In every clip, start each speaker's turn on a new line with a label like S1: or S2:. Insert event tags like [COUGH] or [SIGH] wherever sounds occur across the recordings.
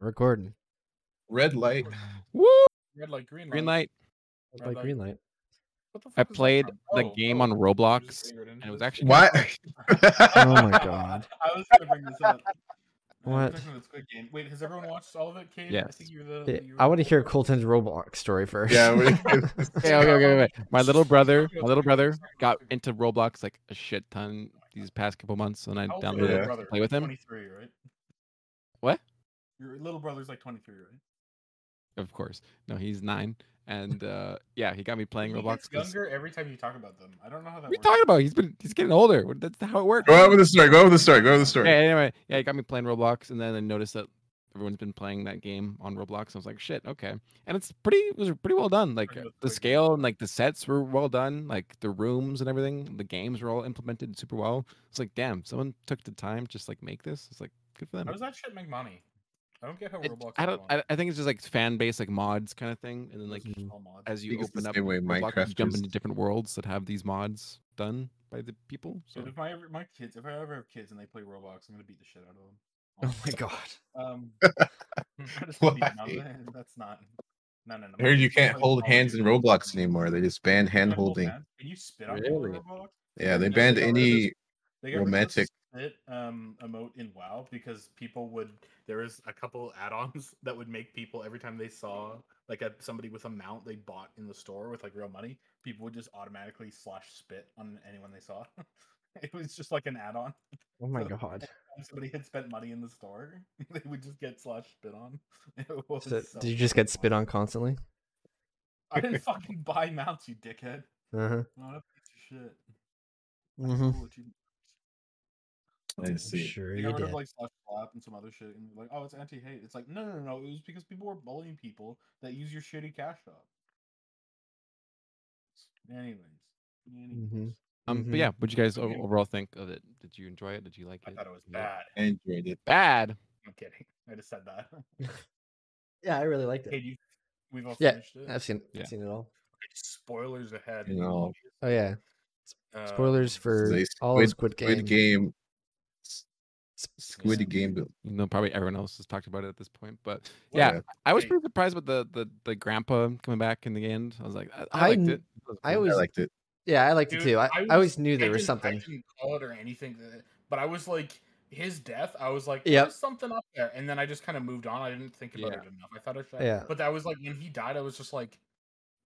S1: Recording.
S2: Red light.
S3: Woo!
S2: Red light. Green light.
S3: Green light.
S1: That's my
S2: Right,
S1: green light.
S2: What the fuck
S3: I
S2: is that
S3: played
S2: from?
S3: the
S2: Oh,
S3: game
S2: oh,
S3: on
S2: you
S3: Roblox
S2: just
S3: and
S2: fingered into
S3: it was
S2: this?
S4: [LAUGHS]
S3: actually
S2: What?
S1: [LAUGHS] Oh
S2: [LAUGHS]
S1: my god.
S2: I was gonna bring this up. We were
S1: [LAUGHS] What?
S2: talking about the Squid Game. Wait, has everyone watched all of it, Kate? I
S3: Yes.
S2: think you're the.
S1: Yeah,
S2: you were
S1: I want to
S2: the-
S1: hear Colton's Roblox story first.
S4: Yeah, we-
S3: Okay, okay, okay, wait.
S2: [LAUGHS]
S3: My little brother, my little brother got into Roblox like a shit ton these past couple months, and I
S2: How old is your
S3: downloaded
S2: little
S3: it
S2: brother?
S3: to play with him.
S2: 23, right?
S3: What?
S2: Your little brother's like 23, right?
S3: Of course, no, he's nine, and uh, yeah, he got me playing
S2: He
S3: Roblox.
S2: gets
S3: 'cause-
S2: younger every time you talk about them. I don't know how that
S3: What are you
S2: works.
S3: talking about? He's been, he's getting older. What- That's how it works.
S4: [LAUGHS] Go out with the story. Go out with the story. Go out with the story.
S3: Yeah, anyway, yeah, he got me playing Roblox, and then I noticed that everyone's been playing that game on Roblox. And I was like, shit, okay. And it's pretty, it was pretty well done. Like
S2: Pretty
S3: uh,
S2: much
S3: the
S2: like-
S3: scale and like the sets were well done, like the rooms and everything. The games were all implemented super well. It's like, damn, someone took the time to just like make this. It's like good for them.
S2: How does that shit make money? I don't get how
S3: It-
S2: Roblox.
S3: I
S2: is
S3: don't.
S2: money.
S3: I, I think it's just like fan base, like mods kind of thing, and then like
S2: Mm-hmm. It's just
S1: Mhm.
S2: all mods.
S3: as you
S4: think it's the
S3: open up
S4: same way
S3: Roblox, you
S4: Minecraft
S3: jump
S4: is.
S3: into different worlds that have these mods done by the people. So um,
S2: Dude, if my ever- my kids, if I ever have kids and they play Roblox, I'm gonna beat the shit out of them.
S1: [LAUGHS] [LAUGHS] Oh my
S2: [LAUGHS] Honestly.
S1: god.
S4: [LAUGHS]
S2: Um, I just wanna be
S4: Why?
S2: numb. that's not. No, no, no.
S4: I heard you can't
S2: Like,
S4: hold
S2: all
S4: hands
S2: the-
S4: in Roblox anymore. They just banned
S2: You can't
S4: hand
S2: hold
S4: holding.
S2: hands? Can you spit on people in
S3: Really?
S2: Roblox?
S4: Yeah, they
S2: No,
S4: banned
S2: got rid of this-
S4: any.
S2: they got rid of this
S4: romantic-
S2: spit um emote in WoW because people would there was a couple [LAUGHS] add-ons that would make people every time they saw like a, somebody with a mount they bought in the store with like real money, people would just automatically slash spit on anyone they saw. [LAUGHS] it was just like an add-on.
S1: Oh my
S2: So-
S1: god.
S2: If somebody had spent money in the store, [LAUGHS] they would just get slash spit on. [LAUGHS] It was
S1: So,
S2: so
S1: did you just get
S2: fucking
S1: spit
S2: wild.
S1: on constantly?
S2: I didn't fucking buy mounts, you dickhead.
S1: Uh huh.
S2: Not a piece of shit. I
S1: Mm-hmm.
S2: stole what you-
S4: I see.
S1: Sure
S2: They
S1: you
S2: got rid
S1: did.
S2: of like slash slap and some other shit, and like, oh, it's anti-hate. It's like, no, no, no, no. It was because people were bullying people that use your shitty cash shop. Anyways, anyways.
S1: Mhm.
S3: um,
S1: Mhm.
S3: but yeah, what you guys o-
S2: Okay.
S3: overall think of it? Did you enjoy it? Did you like
S2: I
S3: it?
S2: thought it was
S3: You like-
S2: bad.
S4: I enjoyed it.
S3: Bad.
S2: I'm kidding. [LAUGHS] I just said that.
S1: Yeah, I really liked
S2: hey,
S1: it.
S2: you, we've all
S1: Yeah,
S2: finished it.
S1: I've seen
S3: Yeah.
S1: seen it all.
S2: Spoilers ahead.
S4: You know,
S1: Oh yeah.
S2: Um,
S1: Spoilers for
S4: a
S1: all of Squid Game.
S4: Squid game. S-
S1: S-
S4: Squid game. but-
S3: You know, probably everyone else has talked about it at this point, but
S2: Well,
S3: yeah, I was
S2: hey.
S3: pretty surprised with the the the grandpa coming back in the end. I was like, I, I
S1: I
S3: liked
S1: kn-
S3: it. That was
S1: I
S3: cool.
S4: I
S1: was-
S4: liked it.
S1: Yeah, I liked
S2: Dude,
S1: it too. I,
S2: I
S1: I,
S2: was-
S1: always knew there
S2: I
S1: was
S2: didn't- I
S1: something.
S2: didn't call it or anything, th- but I was like, his death. I was like,
S1: Yep.
S2: there's something up there, and then I just kind of moved on. I didn't think about
S3: Yeah.
S2: it enough. I thought I should.
S1: Yeah.
S2: But that was like when he died. I was just like,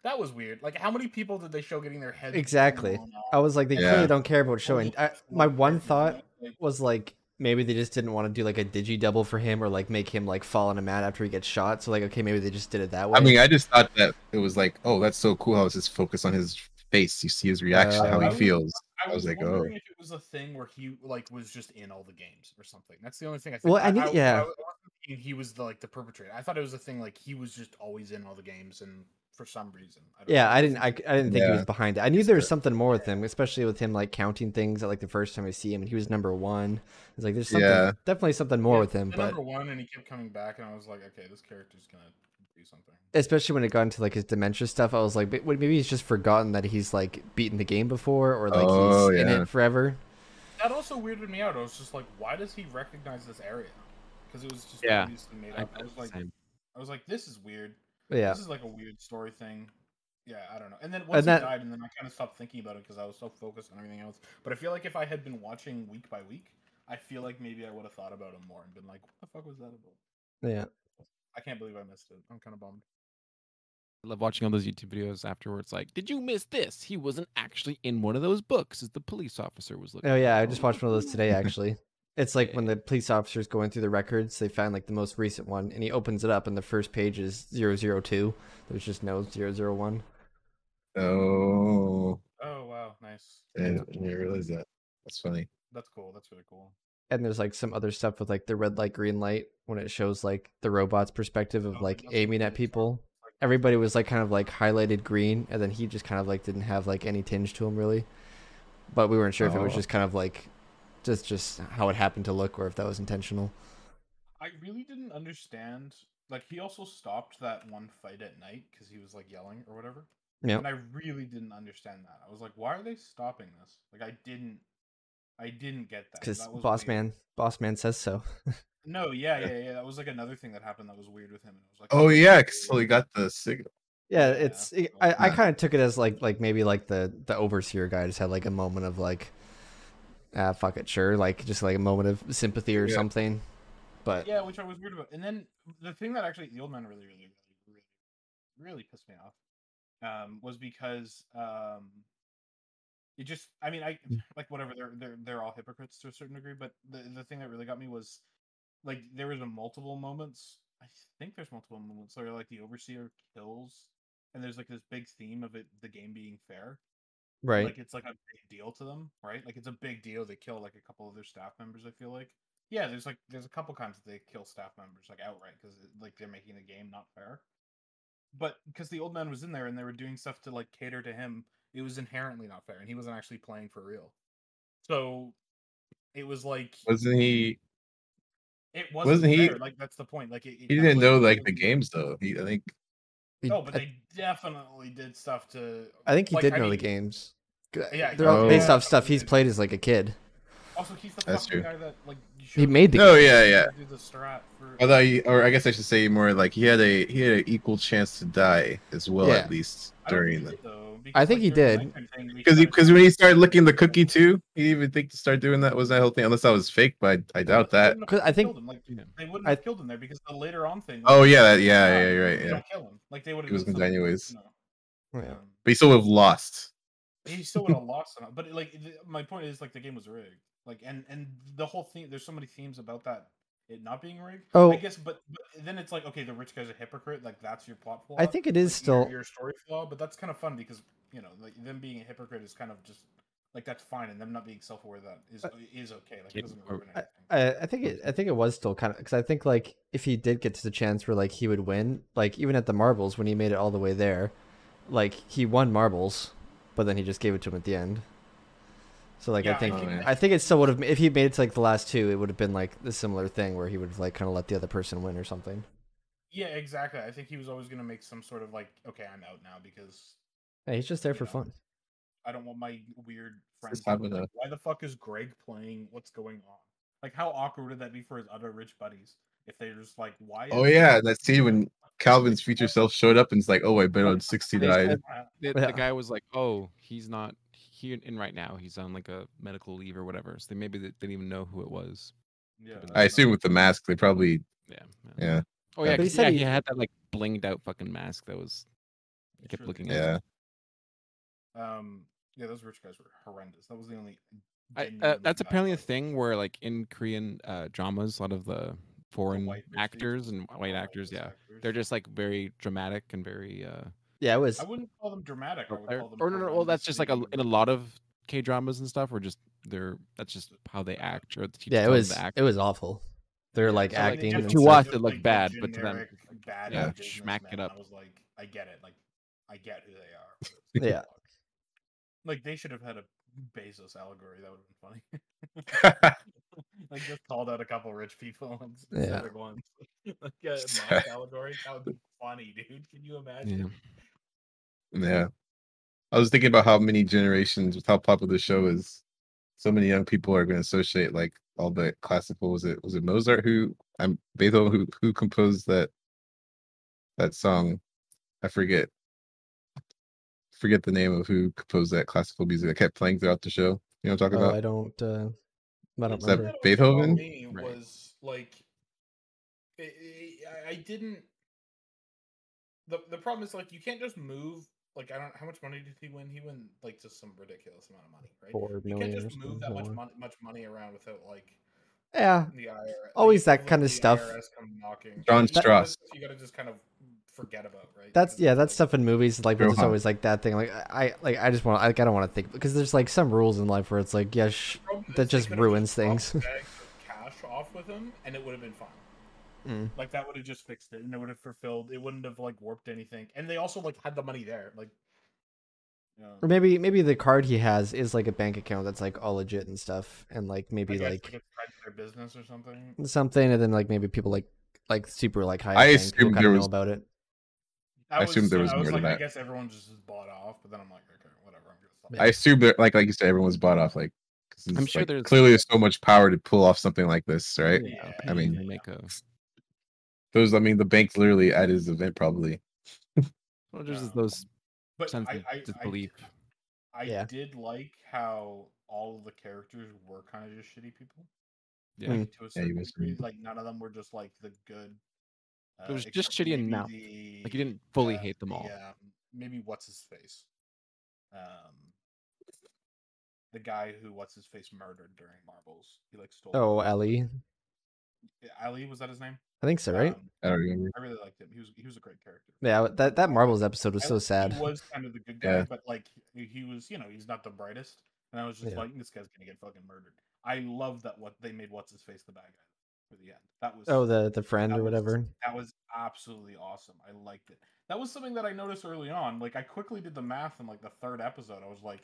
S2: that was weird. Like, how many people did they show getting their heads blown
S1: Exactly.
S2: off?
S1: I was like, they
S4: Yeah.
S1: clearly don't care about showing.
S2: Holy
S1: I,
S2: fuck,
S1: my one
S2: like,
S1: thought
S2: like,
S1: was like maybe they just didn't want to do like a digi double for him or like make him like fall on a mat after he gets shot. So like okay, maybe they just did it that way.
S4: I mean, I just thought that it was like, oh, that's so cool. How it's just focused on his face. You see his reaction, how
S1: Uh,
S4: he feels.
S2: I was
S4: like,
S2: wondering
S4: oh.
S2: if it was a thing where he like was just in all the games or something. That's the only thing I think.
S1: Well, I need- yeah.
S2: wasn't thinking he was the like the perpetrator. I thought it was a thing like he was just always in all the games, and for some reason, I don't
S1: yeah,
S2: know.
S1: I didn't. I, I didn't think he
S4: Yeah.
S1: was behind it. I knew there was something more with him, especially with him like counting things. Like the first time I see him, and he was number one. It's like there's something,
S4: Yeah.
S1: definitely something more
S2: Yeah,
S1: with him.
S2: the
S1: But
S2: number one, and he kept coming back, and I was like, okay, this character's gonna do something.
S1: especially when it got into like his dementia stuff, I was like, but wait, maybe he's just forgotten that he's like beaten the game before, or like
S4: Oh,
S1: he's in
S4: yeah.
S1: it forever.
S2: That also weirded me out. I was just like, why does he recognize this area? Because it was just
S3: Yeah,
S2: obviously made
S3: I,
S2: up. I, was like,
S3: same.
S2: I was like, this is weird.
S1: But yeah,
S2: This is like a weird story thing. Yeah, I don't know. And then once
S1: that-
S2: he died, and then I kind of stopped thinking about it because I was so focused on everything else. But I feel like if I had been watching week by week, I feel like maybe I would have thought about him more and been like, what the fuck was that about?
S1: yeah.
S2: I can't believe I missed it. I'm kind of bummed.
S3: I love watching all those YouTube videos afterwards. Like, did you miss this? He wasn't actually in one of those books. As the police officer was looking.
S1: Oh
S3: for
S1: yeah, I
S3: him."
S1: just watched one of
S2: [LAUGHS]
S1: those today actually. It's like when the police officer's going through the records, they find like the most recent one, and he opens it up, and the first page is 002. There's just no 001.
S4: Oh,
S2: Oh, wow. Nice.
S4: I didn't I didn't realize that. That's funny.
S2: That's cool. That's really cool.
S1: And there's like some other stuff with like the red light, green light when it shows like the robot's perspective
S2: Oh,
S1: of
S2: it
S1: like
S2: does
S1: aiming
S2: look
S1: at
S2: really
S1: people.
S2: Like,
S1: Everybody was like kind of like highlighted green, and then he just kind of like didn't have like any tinge to him really. But we weren't sure if it was
S4: Oh.
S1: just kind of like just just how it happened to look or if that was intentional.
S2: I really didn't understand. Like he also stopped that one fight at night because he was like yelling or whatever.
S1: Yeah.
S2: And I really didn't understand that. I was like, why are they stopping this? Like I didn't, I didn't get that.
S1: Because
S2: That was
S1: boss
S2: weird.
S1: man, boss man says so.
S2: No, yeah, yeah, yeah. That was like another thing that happened that was weird with him. And I was like,
S4: Oh yeah, so he got the signal.
S1: Yeah,
S2: Yeah,
S1: it's
S2: so-
S1: I, I
S4: Yeah.
S1: kind of took it as like like maybe like the the overseer guy just had like a moment of like ah fuck it sure like just like a moment of sympathy or
S4: Yeah.
S1: something, but
S2: Yeah, which I was weird about. And then the thing that actually the old man really, really, really, really, really pissed me off um, was because um, it just. I mean, I like whatever. They're they're they're all hypocrites to a certain degree. But the the thing that really got me was like there was a multiple moments. I think there's multiple moments where like the overseer kills, and there's like this big theme of it the game being fair.
S1: right
S2: Like it's like a big deal to them, right? Like it's a big deal. They kill like a couple of their staff members. I feel like, yeah, there's like there's a couple times that they kill staff members like outright because like they're making the game not fair. But because the old man was in there and they were doing stuff to like cater to him, it was inherently not fair, and he wasn't actually playing for real. So it was like
S4: Wasn't he?
S2: it wasn't,
S4: wasn't he-
S2: fair, Like that's the point. Like it, it
S4: He
S2: kinda
S4: didn't
S2: was-
S4: know
S2: it
S4: like the
S2: was-
S4: games though. He, I think.
S1: He-
S2: No, Oh, but
S1: I,
S2: they definitely did stuff to.
S1: I think he
S2: like,
S1: did
S2: I
S1: know the
S2: mean,
S1: games. 'Cause
S2: yeah,
S1: they're all
S4: yeah,
S1: based
S2: yeah.
S1: off stuff he's played as like a kid.
S2: Also, he's the
S4: That's
S2: fucking
S4: true.
S2: guy that like
S1: He
S2: showed-
S1: made the
S4: No,
S1: game.
S4: yeah, yeah.
S2: Do the strat for.
S4: Although, he, or I guess I should say more like he had a he had an equal chance to die as well,
S1: Yeah.
S4: at least
S2: I don't
S4: during
S2: think he did,
S4: the.
S2: though,
S1: I
S2: because, like,
S1: think he
S2: during the
S1: did.
S2: nighttime thing, we
S4: Because
S2: started
S4: because when he
S2: doing-
S4: started licking the cookie too, he didn't even think to start doing that. Was that whole thing? Unless that was fake, but I doubt
S2: They
S4: that.
S2: wouldn't have
S1: 'Cause I think-
S2: killed him, like,
S3: Yeah.
S2: they wouldn't
S1: I-
S2: have killed him there because the later on thing. uh,
S4: Oh yeah, that, yeah, yeah, you're right.
S2: they
S4: Yeah,
S2: don't kill him. Like they would have.
S4: He was
S2: done
S4: gonna die
S2: something,
S4: anyways.
S2: you know,
S1: Yeah.
S2: um,
S4: but he still would have lost.
S1: [LAUGHS]
S2: he still would have lost enough. But like th- my point is, like the game was rigged. Like and and the whole thing. There's so many themes about that. It not being rigged.
S1: Oh.
S2: I guess. But, but then it's like okay, the rich guy's a hypocrite. Like that's your plot flaw.
S1: I think it is
S2: like, your-
S1: still
S2: your story flaw, but that's kind of fun because you know like them being a hypocrite is kind of just like that's fine, and them not being self aware of that is
S1: Uh,
S2: is okay. Like
S3: yeah,
S2: it doesn't
S3: or-
S2: ruin anything.
S1: I, I think it. I think it was still kind of because I think like if he did get to the chance where like he would win, like even at the marbles when he made it all the way there, like he won marbles, but then he just gave it to him at the end. So like
S2: Yeah,
S1: I think
S4: I think-
S1: I think it still would have if he made it to like the last two, it would have been like the similar thing where he would have like kind of let the other person win or something.
S2: yeah, exactly. I think he was always going to make some sort of like, okay, I'm out now because
S1: Yeah, he's just there for
S2: Yeah.
S1: fun.
S2: I don't want my weird friends.
S4: type
S2: knowing,
S4: of
S2: Like, why the fuck is Greg playing? What's going on? Like, how awkward would that be for his other rich buddies if they're just like, why?
S4: Oh
S2: is-
S4: yeah, that scene when Calvin's future self showed up and it's like, oh, I bet on sixty
S3: They
S4: died.
S3: said that
S1: Yeah.
S3: The guy was like, "Oh, he's not here in right now. He's on like a medical leave or whatever." So they maybe they didn't even know who it was.
S2: Yeah.
S4: I assume with the mask, they probably
S3: Yeah.
S4: yeah
S3: Oh
S4: Yeah.
S1: But
S3: yeah,
S1: he
S3: 'cause-
S1: said
S3: yeah,
S1: he-
S3: he had that like blinged out fucking mask that was. I
S2: It
S3: kept
S2: sure
S3: looking
S2: did.
S3: at.
S4: yeah.
S2: Um. Yeah, those rich guys were horrendous. That was the only.
S3: I, uh,
S2: genuinely
S3: that's
S2: bad
S3: apparently a
S2: part.
S3: thing where like in Korean uh, dramas, a lot of the
S2: The
S3: foreign
S2: white rich dudes.
S3: actors and white
S2: Oh,
S3: actors,
S2: rich
S3: yeah,
S2: actors.
S3: they're just like very dramatic and very. uh
S1: Yeah, it was.
S2: I wouldn't call them dramatic. I would
S3: or,
S2: call them
S3: or no, no, well,
S2: horrendous.
S3: that's just
S2: They
S3: like a,
S2: were-
S3: in a lot of K dramas and stuff, or just they're that's just how they act or the teacher
S1: Yeah, it
S3: tells them
S1: was.
S3: to act.
S1: It was awful. They're
S2: Yeah,
S1: like
S2: so, like,
S1: acting.
S2: just
S1: and
S3: to
S1: stuff.
S3: watch-
S2: they're,
S3: it looked
S2: like, the
S3: bad, but to them,
S2: generic bad
S3: yeah,
S2: business
S3: smack it
S2: men.
S3: up.
S2: I was like, I get it. Like, I get who they
S3: [LAUGHS]
S2: are.
S1: Yeah.
S2: Like they should have had a Bezos allegory. That would have been funny. [LAUGHS] like just called out a couple rich people and
S1: Yeah.
S2: specific ones. [LAUGHS] like a Musk
S3: [LAUGHS]
S2: allegory. That would be funny, dude. Can you imagine?
S3: Yeah.
S4: Yeah. I was thinking about how many generations with how popular the show is. So many young people are going to associate like all the classical was it was it Mozart who I'm Beethoven who who composed that that song. I forget. Forget the name of who composed that classical music that kept playing throughout the show. You know what I'm talking
S1: Oh, I
S4: about?
S1: don't. Uh, I don't
S2: What's
S4: Is
S2: what
S1: remember.
S4: that
S2: it was about
S4: Beethoven?
S2: Me
S3: Right.
S2: was like, i i I, I didn't. The the problem is like you can't just move. Like I don't. How much money did he win? He won like just some ridiculous amount of money, right?
S1: Four
S2: You
S1: million
S2: can't
S1: or
S2: just move that
S1: something,
S2: much
S1: or-
S2: money, much money around without like
S1: Yeah,
S2: the IRS.
S1: Always
S2: like,
S1: that
S2: without
S1: kinda
S2: the
S1: stuff.
S2: IRS come knocking.
S4: John
S2: Like, even
S4: Strauss.
S2: business You gotta just kind of forget about, right?
S1: That's
S2: Because
S1: yeah,
S2: it's
S1: that's
S2: like-
S1: stuff in movies. Like where it's
S4: Rohan.
S1: always like that thing. Like I like I just want like I don't want to think because there's like some rules in life where it's like yeah, sh-
S2: problem is
S1: that
S2: they
S1: just
S2: could've
S1: ruins
S2: dropped
S1: things.
S2: bags of Cash off with him, and it would have been fine.
S1: Mm.
S2: Like that would have just fixed it, and it would have fulfilled. It wouldn't have like warped anything, and they also like had the money there. Like, um,
S1: or maybe maybe the card he has is like a bank account that's like all legit and stuff, and like
S2: I
S1: maybe
S2: guess,
S1: like Mm,
S2: it's tied to their business or something.
S1: something, and then like maybe people like like super like high.
S4: I
S1: end
S4: assumed
S1: people kinda
S4: there
S1: know
S4: was-
S1: about it.
S2: I, was,
S4: assumed there was
S2: I was
S4: more to
S2: like, I
S4: that.
S2: guess everyone just is bought off, but then I'm like, okay, whatever. I'm gonna stop.
S1: Yeah.
S4: I assume that like like you said everyone's bought off like 'cause Since,
S3: I'm sure
S4: like,
S3: there's-
S4: clearly there's so much power to pull off something like this, right?
S2: Yeah,
S4: I mean-
S3: they make a
S4: Those, I mean, the bank's literally at his event probably.
S3: well, there's just
S2: No.
S3: those
S2: Um, but
S3: sense
S2: I,
S3: of
S2: I,
S3: disbelief.
S2: I, I
S1: Yeah.
S2: did like how all of the characters were kind of just shitty people.
S3: Yeah.
S1: Mm.
S2: like, to a
S4: Yeah, you
S2: certain
S4: missed
S2: degree.
S4: me.
S2: Like none of them were just like the good. Uh,
S3: It was just
S2: except for
S3: shitty
S2: maybe
S3: enough.
S2: the,
S3: like you didn't fully
S2: uh,
S3: hate them
S2: the,
S3: all.
S2: um, maybe what's his face? Um, the guy who what's his face murdered during Marbles. He like stole.
S1: Oh, Ali.
S2: Ali was that his name?
S1: I think so, right?
S2: Um,
S4: I don't remember.
S2: I really liked him. He was he was a great character.
S1: yeah, that that Marbles episode was
S2: I-
S1: so sad.
S2: He was kind of the good guy,
S4: Yeah.
S2: but like he he was, you know, he's not the brightest. And I was just
S1: Yeah.
S2: like, this guy's gonna get fucking murdered. I love that what they made what's his face the bad guy for the end. That was
S1: Oh, the the friend
S2: that
S1: or
S2: was-
S1: whatever.
S2: that was absolutely awesome. I liked it. That was something that I noticed early on. Like I quickly did the math in like the third episode. I was like,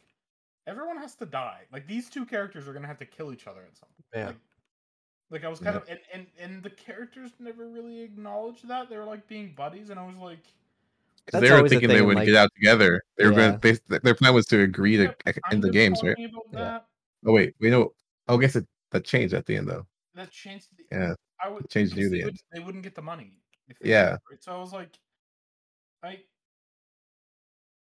S2: everyone has to die. Like these two characters are gonna have to kill each other at some point.
S1: Yeah.
S2: Like, like I was kind of and, and and the characters never really acknowledged that. They were like being buddies, and I was like,
S4: 'Cause
S1: That's
S4: they were
S1: always a
S4: thinking they
S1: thing in,
S4: would
S1: like-
S4: get out together. They were
S1: Yeah.
S4: going. They, their plan was to agree to e-,
S2: Yeah,
S4: end
S2: kind
S4: the
S2: of
S4: games, right?
S2: talking about
S1: Yeah.
S2: that.
S4: Oh wait, we know. I guess it that changed at the end though.
S2: that changed the
S4: Yeah.
S2: I would
S4: changed
S2: because
S4: near the
S2: they,
S4: end.
S2: wouldn't, they wouldn't get the money. If they did
S4: Yeah.
S2: it, right? So I was like, I,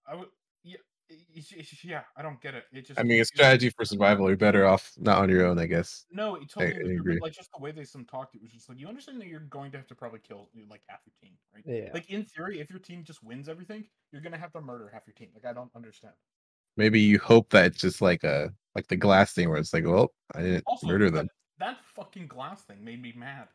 S2: I would, yeah, it- it's- it's- yeah. I don't get it. It just.
S4: I mean, a
S2: confused
S4: strategy
S2: me.
S4: for survival. You're better off not on your own, I guess.
S2: No, it totally.
S4: I
S2: was true, but,
S4: agree.
S2: Like just the way they some talked, it was just like you understand that you're going to have to probably kill like half your team, right?
S1: Yeah.
S2: Like in theory, if your team just wins everything, you're gonna have to murder half your team. Like I don't understand.
S4: Maybe you hope that it's just like a like the glass thing where it's like, well, I didn't
S2: Also,
S4: murder
S2: that-
S4: them.
S2: That fucking glass thing made me mad.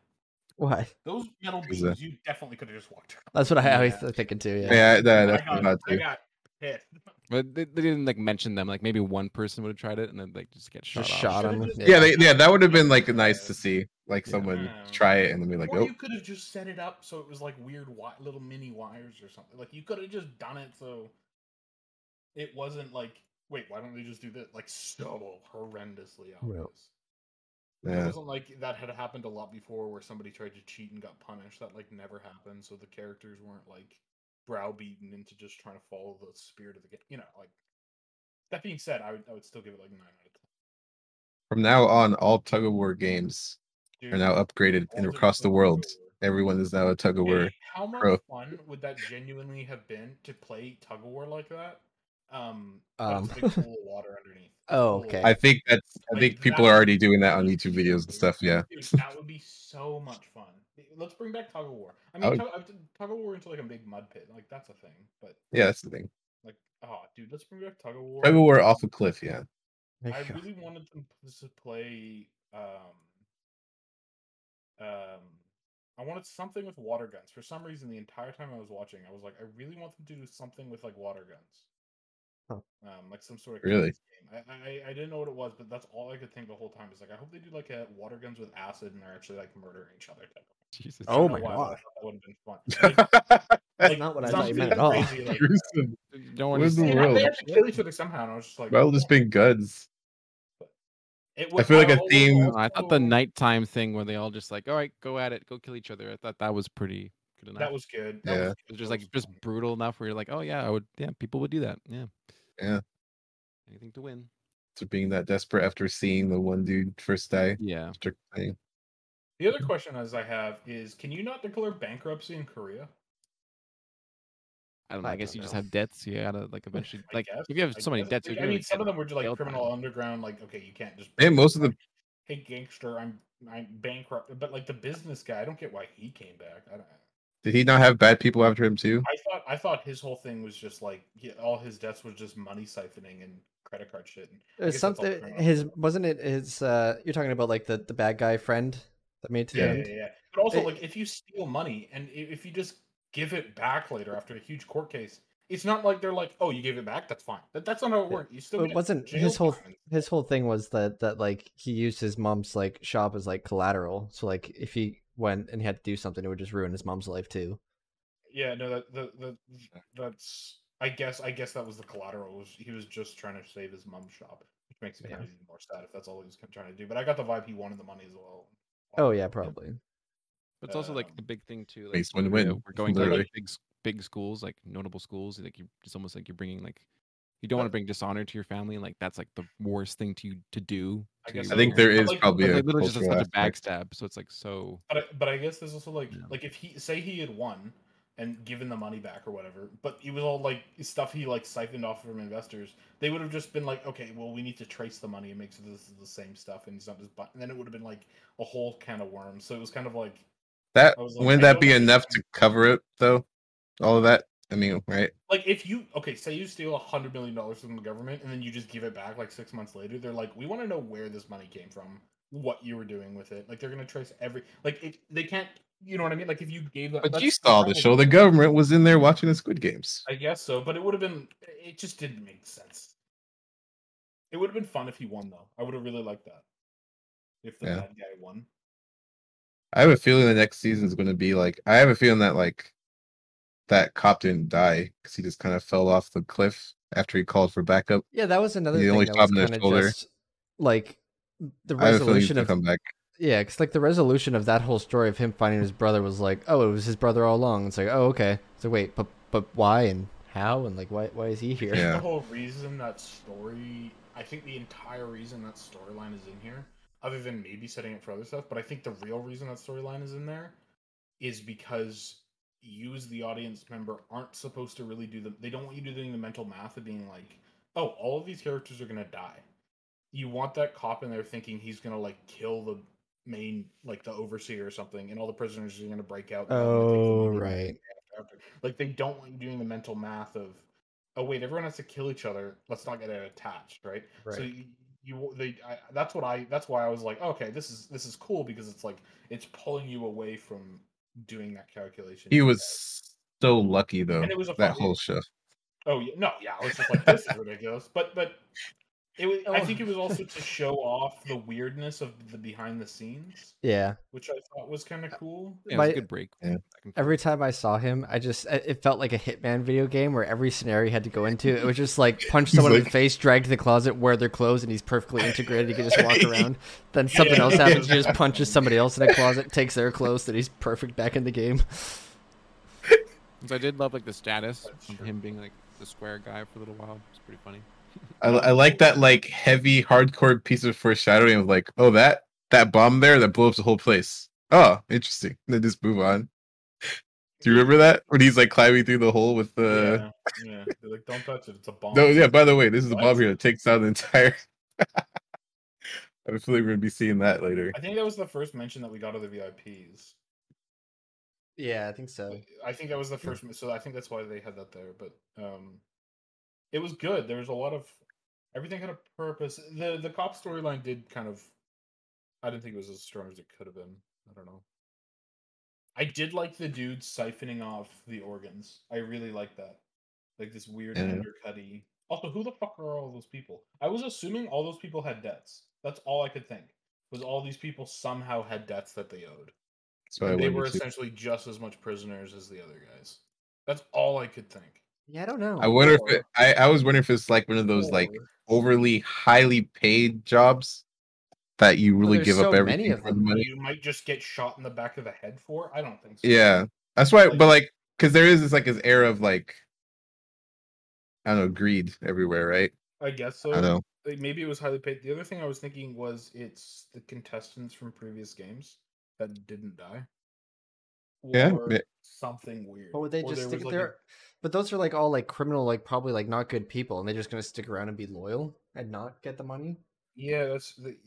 S1: Why?
S2: Those metal
S4: Is
S2: beams,
S4: that-
S2: you definitely could have just walked. [LAUGHS] around.
S1: That's what I always
S2: Yeah.
S1: thinking too. Yeah.
S4: Yeah, that,
S2: I
S4: that's what I
S2: got,
S4: thought
S2: I
S4: too.
S2: got pissed. [LAUGHS]
S3: But they, they didn't like mention them. Like maybe one person would have tried it and then like just get shot.
S1: Just
S3: off.
S1: shot
S2: Should've
S1: him.
S2: just-
S4: Yeah, they, yeah, that would have been like nice to see, like
S3: Yeah.
S4: someone
S2: Yeah.
S4: try it and then be like,
S2: or
S4: oh,
S2: you could have just set it up so it was like weird wi- little mini wires or something. Like you could have just done it so it wasn't like, wait, why don't they just do this? Like so horrendously
S1: Well.
S2: obvious. It
S4: yeah,
S2: wasn't like that had happened a lot before where somebody tried to cheat and got punished. That like never happened. So the characters weren't like browbeaten into just trying to follow the spirit of the game. You know, like that being said, I would I would still give it like nine out of ten.
S4: from now on, all tug of war games are
S2: Dude,
S4: now upgraded
S2: all
S4: and
S2: those
S4: across the
S2: tug-of-war
S4: world.
S2: were-
S4: Everyone is now a tug of war.
S2: Hey, how much
S4: pro.
S2: fun would that genuinely have been to play tug of war like that? Um,
S1: Um.
S2: um a big pool of water underneath. a
S1: Oh,
S2: pool of
S1: okay.
S4: [LAUGHS] I
S2: water.
S4: think that's. I
S2: Like,
S4: think people
S2: that-
S4: are already doing that on YouTube videos and stuff. Yeah, [LAUGHS]
S2: Dude, that would be so much fun. Eh, Let's bring back tug of war. I mean,
S4: would-
S2: tug, I've done tug of war into like a big mud pit, like that's a thing. But
S4: yeah, that's the thing.
S2: like, oh, dude, let's bring back tug of war.
S4: Tug of war off a cliff. Yeah, [LAUGHS]
S1: There
S2: I
S1: you go. [LAUGHS]
S2: really wanted them to play. Um, um, I wanted something with water guns. For some reason, the entire time I was watching, I was like, I really want them to do something with like water guns.
S1: Huh.
S2: Um, like some sort of
S4: Really?
S2: kids game. I, I I didn't know what it was, but that's all I could think the whole time. Is like, I hope they do like a water guns with acid and they're actually like murdering each other. Type of
S3: Jesus.
S1: Oh
S2: I don't know
S1: my
S2: why, but I
S1: God.
S2: thought That would have been
S1: [LAUGHS]
S2: fun. Like,
S1: That's
S2: like,
S1: not what I thought you
S2: something
S1: meant at all.
S2: crazy
S4: [LAUGHS]
S2: like that.
S4: Gruesome.
S3: Don't
S4: What is the
S2: Yeah,
S4: world?
S2: They have to kill each other somehow, and I was just like,
S4: Well, just
S2: "Oh."
S4: been guns.
S2: It
S4: I feel like a
S2: always
S4: theme-
S3: No, I thought the
S2: also-
S3: nighttime thing where they all just like, all right, go at it, go kill each other. I thought that was pretty good enough.
S2: That was good. That
S4: Yeah.
S2: was
S3: it was
S2: good.
S3: just
S2: That
S3: like
S2: was
S3: just
S2: fun.
S3: brutal enough where you're like, oh yeah, I would, yeah, people would do that. Yeah.
S4: Yeah.
S3: Anything to win.
S4: To being that desperate after seeing the one dude first die.
S3: Yeah.
S4: After playing.
S2: The other question as I have is, can you not declare bankruptcy in Korea?
S3: I don't know.
S1: I
S3: I, guess
S1: don't
S3: you just
S1: know.
S3: have debts. You gotta
S2: [LAUGHS]
S3: like eventually
S2: I
S3: like
S2: guess,
S3: if you have
S2: I
S3: so many
S2: guess.
S3: debts,
S2: Like,
S3: you're
S2: I
S3: gonna
S2: mean, some of
S3: get
S2: them were just like
S3: jail
S2: criminal
S3: time.
S2: underground. Like, okay, you can't just.
S4: And most of the-
S2: Hey, gangster, I'm I'm bankrupt. But like the business guy, I don't get why he came back. I don't.
S4: Did he not have bad people after him too?
S2: I thought I thought his whole thing was just like he, all his debts was just money siphoning and credit card shit. And I
S1: There's
S2: guess that's all
S1: something.
S2: criminal.
S1: His wasn't it his? uh You're talking about like the the bad guy friend that made it to
S2: yeah,
S1: the
S2: yeah,
S1: end.
S2: yeah. But also,
S1: It-
S2: like, if you steal money and i- if you just give it back later after a huge court case, it's not like they're like, "Oh, you gave it back. That's fine." That, that's not how it
S1: Yeah.
S2: worked. You still.
S1: But
S2: get
S1: wasn't
S2: jail
S1: his whole
S2: time and-
S1: his whole thing was that that like he used his mom's like shop as like collateral. So like if he went and he had to do something, it would just ruin his mom's life too.
S2: Yeah, no, that the, the that's. I guess I guess that was the collateral. Was, he was just trying to save his mom's shop, which makes it
S1: Yeah.
S2: kind of even more sad if that's all he was trying to do. But I got the vibe he wanted the money as well.
S1: Oh yeah, probably.
S3: But it's also like the
S2: Um,
S3: big thing too. Like,
S4: Face
S3: in Korea,
S4: win-win,
S3: We're going to like,
S4: literally.
S3: big s- big schools, like notable schools. Like you, it's almost like you're bringing like You don't want
S2: But-
S3: to bring dishonor to your family. Like that's like the worst thing to you to do.
S2: I
S3: to
S2: guess
S3: your
S4: I think
S2: Yeah.
S4: there
S3: parents.
S4: is
S2: Like-
S4: probably
S3: Like,
S4: a
S3: literally just
S4: cultural
S3: such a
S4: aspect.
S3: backstab. So it's like so.
S2: But I, but I guess there's also like
S3: Yeah.
S2: like if he say he had won and given the money back or whatever, but it was all like stuff he like siphoned off from investors. They would have just been like, okay, well we need to trace the money and make sure this is the same stuff, and he's not just. But and then it would have been like a whole can of worms. So it was kind of like
S4: That
S2: I was like,
S4: wouldn't
S2: I
S4: that
S2: don't
S4: be
S2: know.
S4: enough to cover it though? All of that. I mean, right?
S2: like if you okay say you steal a hundred million dollars from the government and then you just give it back like six months later they're like we want to know where this money came from what you were doing with it like they're gonna trace every like it, they can't you know what i mean like if you gave that
S4: But
S2: that's
S4: you saw the
S2: terrible.
S4: show. The government was in there watching the Squid Games.
S2: i guess so but it would have been it just didn't make sense it would have been fun if he won though i would have really liked that if the
S4: Yeah.
S2: bad guy won
S4: I have a feeling the next season is going to be like. I have a feeling that like that cop didn't die because he just kind of fell off the cliff after he called for backup.
S1: Yeah, that was another
S4: He
S1: thing
S4: only
S1: that was
S4: shot him in the
S1: kind of
S4: shoulder.
S1: just like the
S4: I have a feeling he's
S1: resolution
S4: going to
S1: of
S4: come back.
S1: yeah, because like the resolution of that whole story of him finding his brother was like, oh, it was his brother all along. It's like, oh, okay. So wait, but but why and how and like why why is he here?
S4: Yeah.
S2: the whole reason that story i think the entire reason that storyline is in here other than maybe setting it for other stuff but i think the real reason that storyline is in there is because you as the audience member aren't supposed to really do the they don't want you doing the mental math of being like oh all of these characters are gonna die you want that cop in there thinking he's gonna like kill the main like the overseer or something and all the prisoners are gonna break out and they're gonna take them
S1: [LAUGHS] Oh
S2: over.
S1: right.
S2: after. Like they don't want you doing the mental math of, oh wait, everyone has to kill each other. Let's not get it attached, right? So you, you they I, that's what I that's why I was like, okay, this is this is cool because it's like it's pulling you away from doing that calculation.
S4: He
S2: you
S4: was so lucky though.
S2: And it was a
S4: that
S2: fun-
S4: whole show.
S2: had. Oh yeah, no, yeah, I was just like, this is ridiculous. But but it was, I think it was also
S4: [LAUGHS]
S2: to show off the weirdness of the behind the scenes,
S1: Yeah.
S2: which I thought was kind of cool.
S3: Yeah, it's
S1: My-
S3: a good break.
S4: Yeah.
S3: Back and forth.
S1: Every time I saw him, I just I- it felt like a Hitman video game where every scenario you had to go into, it was just like punch
S4: [LAUGHS] He's
S1: someone in the
S4: like-
S1: face, drag to the closet, wear their clothes, and he's perfectly integrated. He can just
S4: [LAUGHS]
S1: walk around. Then something
S2: Yeah.
S1: else happens, he just punches somebody else in a closet, takes their clothes, then he's perfect back in the game.
S3: So I did love like the status
S2: That's
S3: of
S2: true.
S3: him being like the square guy for a little while. It's pretty funny.
S4: I, I like that like heavy hardcore piece of foreshadowing of like, oh that that bomb there that blows up the whole place. Oh, interesting. Then just move on. Do you remember that when he's like climbing through the hole with the?
S2: yeah, yeah. They're like, don't touch it. It's a bomb.
S4: Uh. No, yeah. By the way, this is a
S2: What?
S4: bomb here that takes down the entire. [LAUGHS] I feel like we're gonna be seeing that later.
S2: I think that was the first mention that we got of the VIPs.
S1: Yeah, I think so.
S2: I think that was the first, so I think that's why they had that there. But um, it was good. There was a lot of everything had a purpose. the The cop storyline did kind of. I didn't think it was as strong as it could have been. I don't know. I did like the dude siphoning off the organs. I really like that. Like this weird
S4: Yeah.
S2: undercutty. Also, who the fuck are all those people? I was assuming all those people had debts. That's all I could think. Was all these people somehow had debts that they owed.
S4: That's what I
S2: And they
S4: wondered
S2: were
S4: too.
S2: essentially just as much prisoners as the other guys. That's all I could think.
S1: Yeah, I don't know.
S4: I wonder if it,
S2: Or-
S4: I, I was wondering if it's like one of those like
S2: Or-
S4: overly highly paid jobs that you really
S1: there's
S4: give
S1: so
S4: up everything
S1: many of
S4: for the
S1: them.
S4: money.
S2: you might just get shot in the back of the head for. I don't think so.
S4: Yeah, that's why.
S2: Like-
S4: but like, because there is this like this air of like, I don't know, greed everywhere, right?
S2: I guess so.
S4: I don't know.
S2: Like, Maybe it was highly paid. The other thing I was thinking was it's the contestants from previous games that didn't die.
S4: Yeah,
S2: Or
S4: ma-
S2: something weird.
S1: But would they
S2: Or
S1: just
S2: there
S1: stick
S2: was, like, a-
S1: there? But those are like all like criminal, like probably like not good people, and they're just gonna stick around and be loyal and not get the money.
S2: yeah, that's the,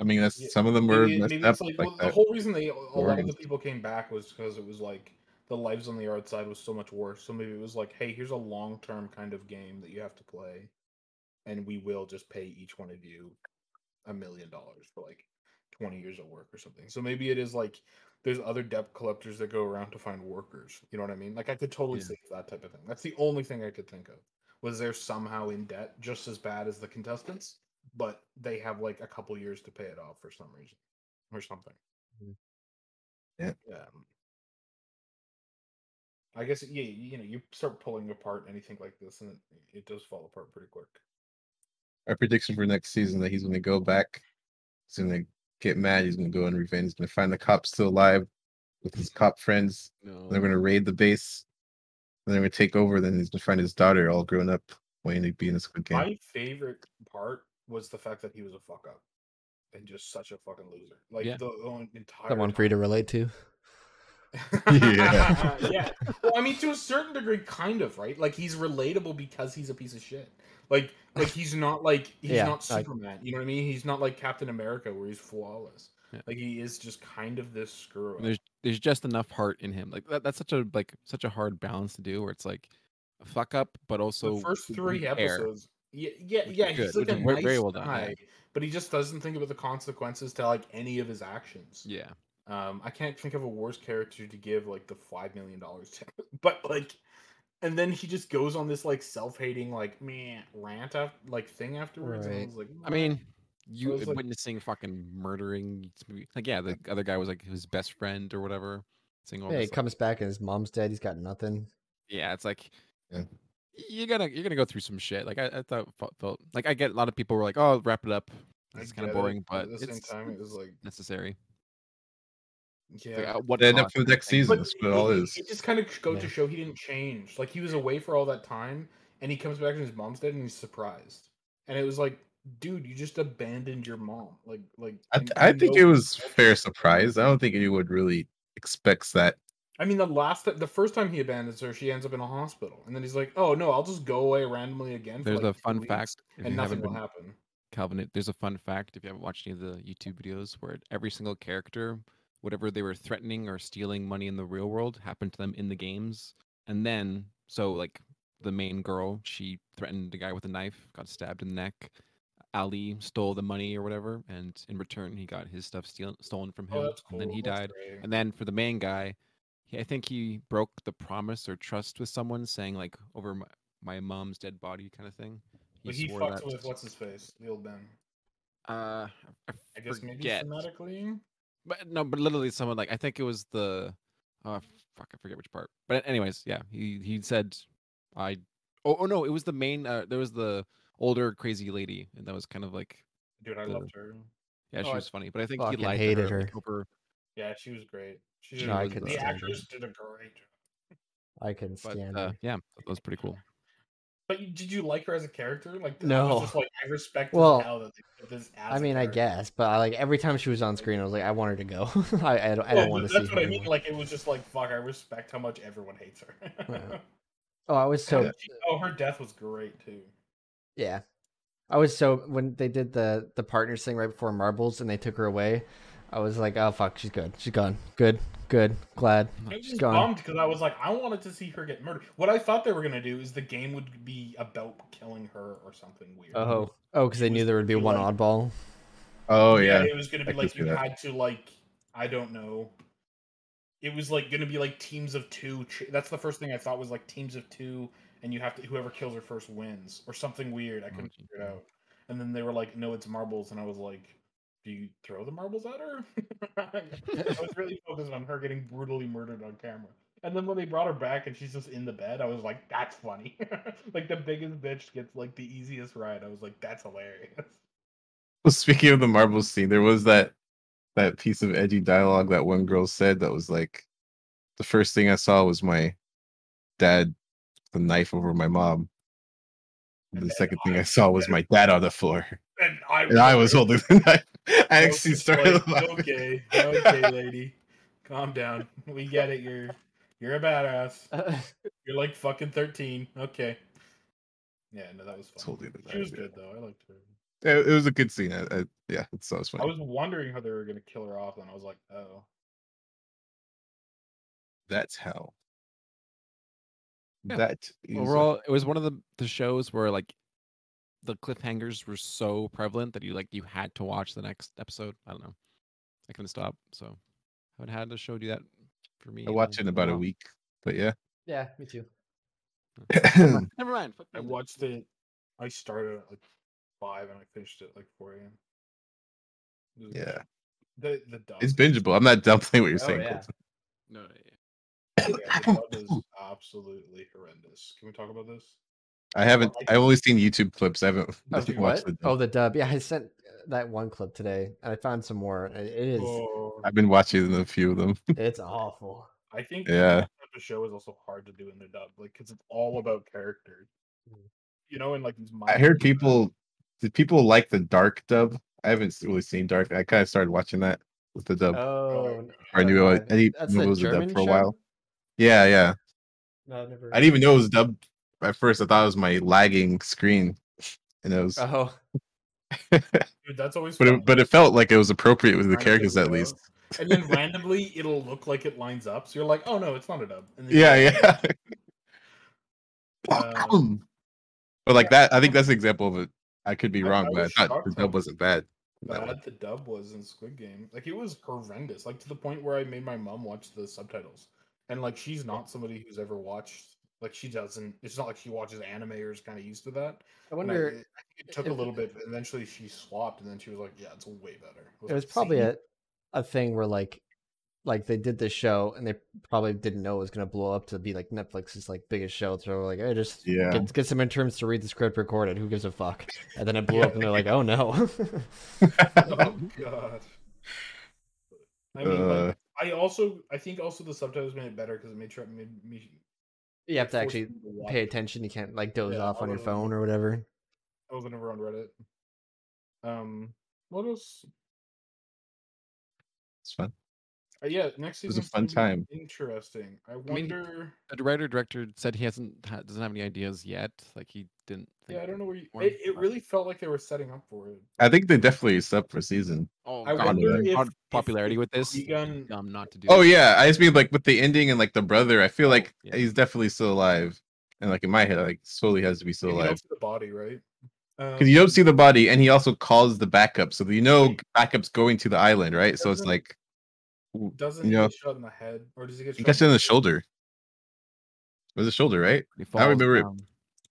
S4: I mean, that's
S2: Yeah,
S4: some of them were
S2: maybe,
S4: messed
S2: maybe
S4: up
S2: it's like,
S4: like
S2: well, the
S4: that.
S2: whole reason they a lot of the
S4: Organs.
S2: people came back was because it was like the lives on the art side was so much worse. So maybe it was like, hey, here's a long term kind of game that you have to play, and we will just pay each one of you a million dollars for like twenty years of work or something. So maybe it is like there's other debt collectors that go around to find workers. You know what I mean? Like I could totally
S3: Yeah.
S2: see that type of thing. That's the only thing I could think of. Was they're somehow in debt just as bad as the contestants, but they have like a couple years to pay it off for some reason or something.
S1: Mhm.
S4: Yeah.
S2: Um, I guess yeah, you you know, you start pulling apart anything like this, and it, it does fall apart pretty quick.
S4: My prediction for next season that he's going to go back. He's going to get mad. He's going to go and revenge. He's going to find the cop still alive with his cop friends.
S3: No.
S4: They're going to raid the base. Then they're going to take over. Then he's going to find his daughter all grown up. Wayne to be in a Squid Game.
S2: My favorite part was the fact that he was a fuck up and just such a fucking loser. Like
S3: Yeah.
S2: the, the entire
S1: Someone for you to relate to.
S4: Yeah.
S2: [LAUGHS] yeah. Well, I mean, to a certain degree, kind of, right? Like he's relatable because he's a piece of shit. Like, like he's not like he's
S1: Yeah,
S2: not
S1: I-
S2: Superman. You know what I mean? He's not like Captain America, where he's flawless.
S3: Yeah.
S2: Like he is just kind of this screw.
S3: And there's there's just enough heart in him. Like that, that's such a like such a hard balance to do where it's like a fuck up, but also
S2: the first
S3: we
S2: three
S3: care.
S2: episodes. Yeah, yeah,
S3: Which is
S2: yeah.
S3: good,
S2: He's
S3: which
S2: like a
S3: is very-
S2: nice
S3: very well done, yeah.
S2: guy, but he just doesn't think about the consequences to like any of his actions.
S3: Yeah.
S2: Um, I can't think of a worse character to give like the five million dollars to, [LAUGHS] but like, and then he just goes on this like self-hating like man rant af- like thing afterwards. And I
S1: Right.
S2: was like,
S3: I mean, you
S2: it's like-
S3: witnessing fucking murdering. it's maybe- Like, yeah, the other guy was like his best friend or whatever. Saying all
S1: Yeah, he
S3: this, like-
S1: comes back and his mom's dead. He's got nothing.
S3: yeah, it's like
S4: Yeah.
S3: you're gonna you're gonna go through some shit. Like I, I thought fe- felt like I get a lot of people were like, oh, wrap it up.
S2: I
S3: It's kind of
S2: get it,
S3: boring, but
S2: at the same
S3: it's
S2: time, it was like,
S3: necessary. It's
S2: yeah.
S3: Like, at what
S4: They end up
S3: cost?
S4: for the next
S3: Like,
S4: season. That's what it all
S2: it,
S4: is.
S2: it just kind of goes
S1: Yeah.
S2: to show he didn't change. Like he was away for all that time, and he comes back and his mom's dead, and he's surprised. And it was like, dude, you just abandoned your mom. Like, like
S4: I,
S2: and
S4: th- I
S2: you
S4: think
S2: know-
S4: it was fair surprise. I don't think anyone really expects that.
S2: I mean, the last, the first time he abandons her, she ends up in a hospital, and then he's like, "Oh no, I'll just go away randomly again." For
S3: There's
S2: like
S3: a
S2: two
S3: fun
S2: weeks,
S3: fact. if
S2: and
S3: you haven't
S2: nothing will
S3: been-
S2: happen.
S3: Covenant. There's a fun fact if you haven't watched any of the YouTube videos where every single character, whatever they were threatening or stealing money in the real world, happened to them in the games. And then, so like the main girl, she threatened a guy with a knife, got stabbed in the neck. Ali stole the money or whatever, and in return, he got his stuff steal- stolen from him,
S2: Oh, that's cool.
S3: and then he
S2: that's
S3: died.
S2: great.
S3: And then for the main guy, he, I think he broke the promise or trust with someone, saying like over my, my mom's dead body kind of thing.
S2: but he
S3: swore
S2: fucked
S3: that-
S2: with what's his face, the old man.
S3: uh, I
S2: I guess maybe
S3: forget.
S2: thematically.
S3: But no, but literally someone like I think it was the uh fuck, I forget which part. But anyways, yeah, he he said I oh, oh no, it was the main uh there was the older crazy lady and that was kind of like
S2: Dude, I
S3: The-
S2: loved her.
S3: yeah,
S2: Oh,
S3: she
S2: I
S3: was funny, but I think he
S1: fucking
S3: lied to
S1: hated
S3: her, like,
S1: her.
S3: over
S2: Yeah, she was great. She
S3: She
S2: did,
S3: No, I
S2: I
S3: couldn't
S2: the
S3: stand her.
S2: actress did a great job.
S1: I couldn't
S3: but
S1: stand
S3: uh,
S1: her.
S3: yeah, that was pretty cool.
S2: But you- did you like her as a character? Like, I was
S1: No.
S2: just like I respect
S1: Well,
S2: well, how that they put this. As
S1: I
S2: a
S1: mean, I
S2: character.
S1: guess, but I, like every time she was on screen, I was like, I want her to go. [LAUGHS] I, I don't, I
S2: Well,
S1: don't want to
S2: [LAUGHS]
S1: see
S2: That's
S1: her.
S2: what I mean.
S1: anymore.
S2: Like, it was just like, fuck. I respect how much everyone hates her.
S1: Yeah. oh, I was so
S2: She- [LAUGHS] oh, her death was great too.
S1: yeah. I was so when they did the the partners thing right before Marbles and they took her away, I was like, oh fuck, she's good, she's gone, good, good, glad.
S2: I was
S1: Oh, She's
S2: just
S1: gone.
S2: bummed because I was like, I wanted to see her get murdered. What I thought they were gonna do is the game would be about killing her or something weird.
S1: Oh, oh, because they knew there would be one oddball.
S4: Oh yeah,
S2: it was gonna be
S4: I can
S2: like
S4: see
S2: you
S4: that.
S2: had to like I don't know. It was like gonna be like teams of two. ch- That's the first thing I thought was like teams of two, and you have to whoever kills her first wins or something weird. I couldn't
S4: Oh,
S3: gee.
S2: figure it out. And then they were like, "No, it's marbles," and I was like, "Do you throw the marbles at her?" [LAUGHS] I was really focused on her getting brutally murdered on camera. And then when they brought her back and she's just in the bed, I was like, "That's funny." [LAUGHS] like the biggest bitch gets like the easiest ride. I was like, "That's hilarious." [LAUGHS]
S4: Well, [LAUGHS] speaking of the marble scene, there was that that piece of edgy dialogue that one girl said that was like the first thing I saw was my dad with a knife over my mom. And
S2: And
S4: the
S2: then
S4: second thing
S2: I
S4: I saw was my dad on
S2: [LAUGHS]
S4: the floor,
S2: And I
S4: and I was holding the knife. I
S2: I was
S4: actually
S2: just
S4: started
S2: like,
S4: laughing. [LAUGHS]
S2: Okay, okay, lady, calm down. We get it. You're you're a badass. You're like fucking thirteen. Okay. Yeah, no, that was
S4: I was
S2: fun.
S4: holding the
S2: She was
S4: knife, yeah.
S2: good though. I liked her.
S4: It, it was a good scene. I, I, yeah, it sounds
S2: I
S4: funny.
S2: was wondering how they were gonna kill her off, and I was like, oh,
S4: That's how.
S3: Yeah.
S4: That is
S3: Overall, it was one of the, the shows where like the cliffhangers were so prevalent that you like you had to watch the next episode. I don't know. I couldn't stop, so I haven't had a show do that for me.
S4: I watched it in about a
S3: while.
S4: week, but yeah.
S1: yeah, me too.
S4: [CLEARS THROAT]
S3: Never mind. fuck
S2: I
S3: Disney.
S2: watched it. I started at like five, and I finished it like four a.m. It was-
S4: Yeah.
S2: The the dub.
S4: it's bingeable. I'm not [LAUGHS] downplaying what you're
S1: Oh,
S4: saying.
S1: yeah.
S3: No, no, yeah.
S2: Yeah, the dub
S4: [LAUGHS]
S2: is absolutely horrendous. Can we talk about this?
S4: I haven't. I've only seen YouTube clips. I haven't [LAUGHS]
S1: Oh, what?
S4: watched the.
S1: oh, the dub. Yeah, I sent that one clip today, and I found some more. and It is.
S2: Oh,
S4: I've been watching a few of them. [LAUGHS]
S1: It's awful.
S2: I think
S4: Yeah.
S2: that type of show is also hard to do in the dub, like because it's all about characters.
S1: Mm.
S2: you know, and like these
S4: I heard people did people like the dark dub? I haven't s- really seen dark. I kind of started watching that with the dub.
S1: Oh,
S4: I knew it was, I didn't
S1: That's
S4: know
S1: a
S4: it was a dub
S1: German
S4: for a
S1: show?
S4: while. Yeah, yeah.
S1: No, I've never.
S4: I didn't even know it was dubbed at first. I thought it was my lagging screen, and it
S2: Uh-huh.
S4: was.
S1: Oh,
S2: Dude, that's always
S4: But
S2: fun.
S4: it, but it felt like it was appropriate with the
S2: Trying to
S4: characters
S2: figure
S4: at
S2: it
S4: least.
S2: out. and then randomly it'll look like it lines up. So you're like, oh no, it's not a dub. And then you
S4: Yeah,
S2: go,
S4: yeah.
S2: Uh,
S4: Welcome. but like that, I think that's an example of it. I could be
S2: I-
S4: wrong,
S2: I
S4: but
S2: was
S4: I thought
S2: shocked
S4: the
S2: when-
S4: dub wasn't bad. That one.
S2: Bad the dub was in Squid Game. Like it was horrendous. Like to the point where I made my mom watch the subtitles. And like she's not somebody who's ever watched like she doesn't it's not like she watches anime or is kind of used to that. And I,
S1: I wonder.
S2: I think it took a
S1: if-
S2: little bit, but eventually she swapped and then she was like, Yeah, it's way better. I
S1: it was
S2: like,
S1: probably
S2: "See?"
S1: a, a thing where like like they did this show and they probably didn't know it was going to blow up to be like netflix's like biggest show so they're like hey just
S4: Yeah.
S1: get, get some interns to read the script recorded who gives a fuck and then it blew
S2: Yeah,
S1: up and they're like oh no [LAUGHS]
S2: [LAUGHS] oh god. I mean,
S4: Uh,
S2: like, I also I think also the subtitles made it better because it made sure made me.
S1: you have to
S2: it forced
S1: actually
S2: me to watch
S1: pay
S2: it.
S1: attention you can't like doze
S2: Yeah,
S1: off
S2: I
S1: on your
S2: wouldn't-
S1: phone or whatever
S2: I was never on Reddit. Um, what else?
S4: it's fun.
S2: Uh, yeah, next
S4: was
S2: season
S4: a fun time.
S2: Interesting. I
S3: mean,
S2: wonder.
S3: The writer director said he hasn't ha- doesn't have any ideas yet. Like he didn't.
S2: yeah, I don't know where you,
S3: more
S2: it, it
S3: about-
S2: really felt like they were setting up for it.
S4: I think they definitely is up for season.
S3: Oh,
S2: I
S3: God,
S4: wonder
S3: the
S2: if-
S3: pod-
S2: if
S3: popularity
S2: the
S3: with this.
S2: Egon-
S3: Um, not to do.
S4: Oh yeah, I just mean like with the ending and like the brother. I feel like
S3: yeah.
S4: he's definitely still alive, and like in my head, like slowly has to be still
S2: Maybe not
S4: alive
S2: for the body, right?
S4: because you
S2: Um,
S4: don't see the body, and he also calls the backup, so you know
S2: Right.
S4: backup's going to the island, right? So it's
S2: Doesn't-
S4: like
S2: Doesn't
S4: you know-
S2: he get shot in the head, or does he get?
S4: he
S2: shot
S4: gets it in the shoulder. It was the shoulder, right?
S3: He
S4: I remember it-
S3: down.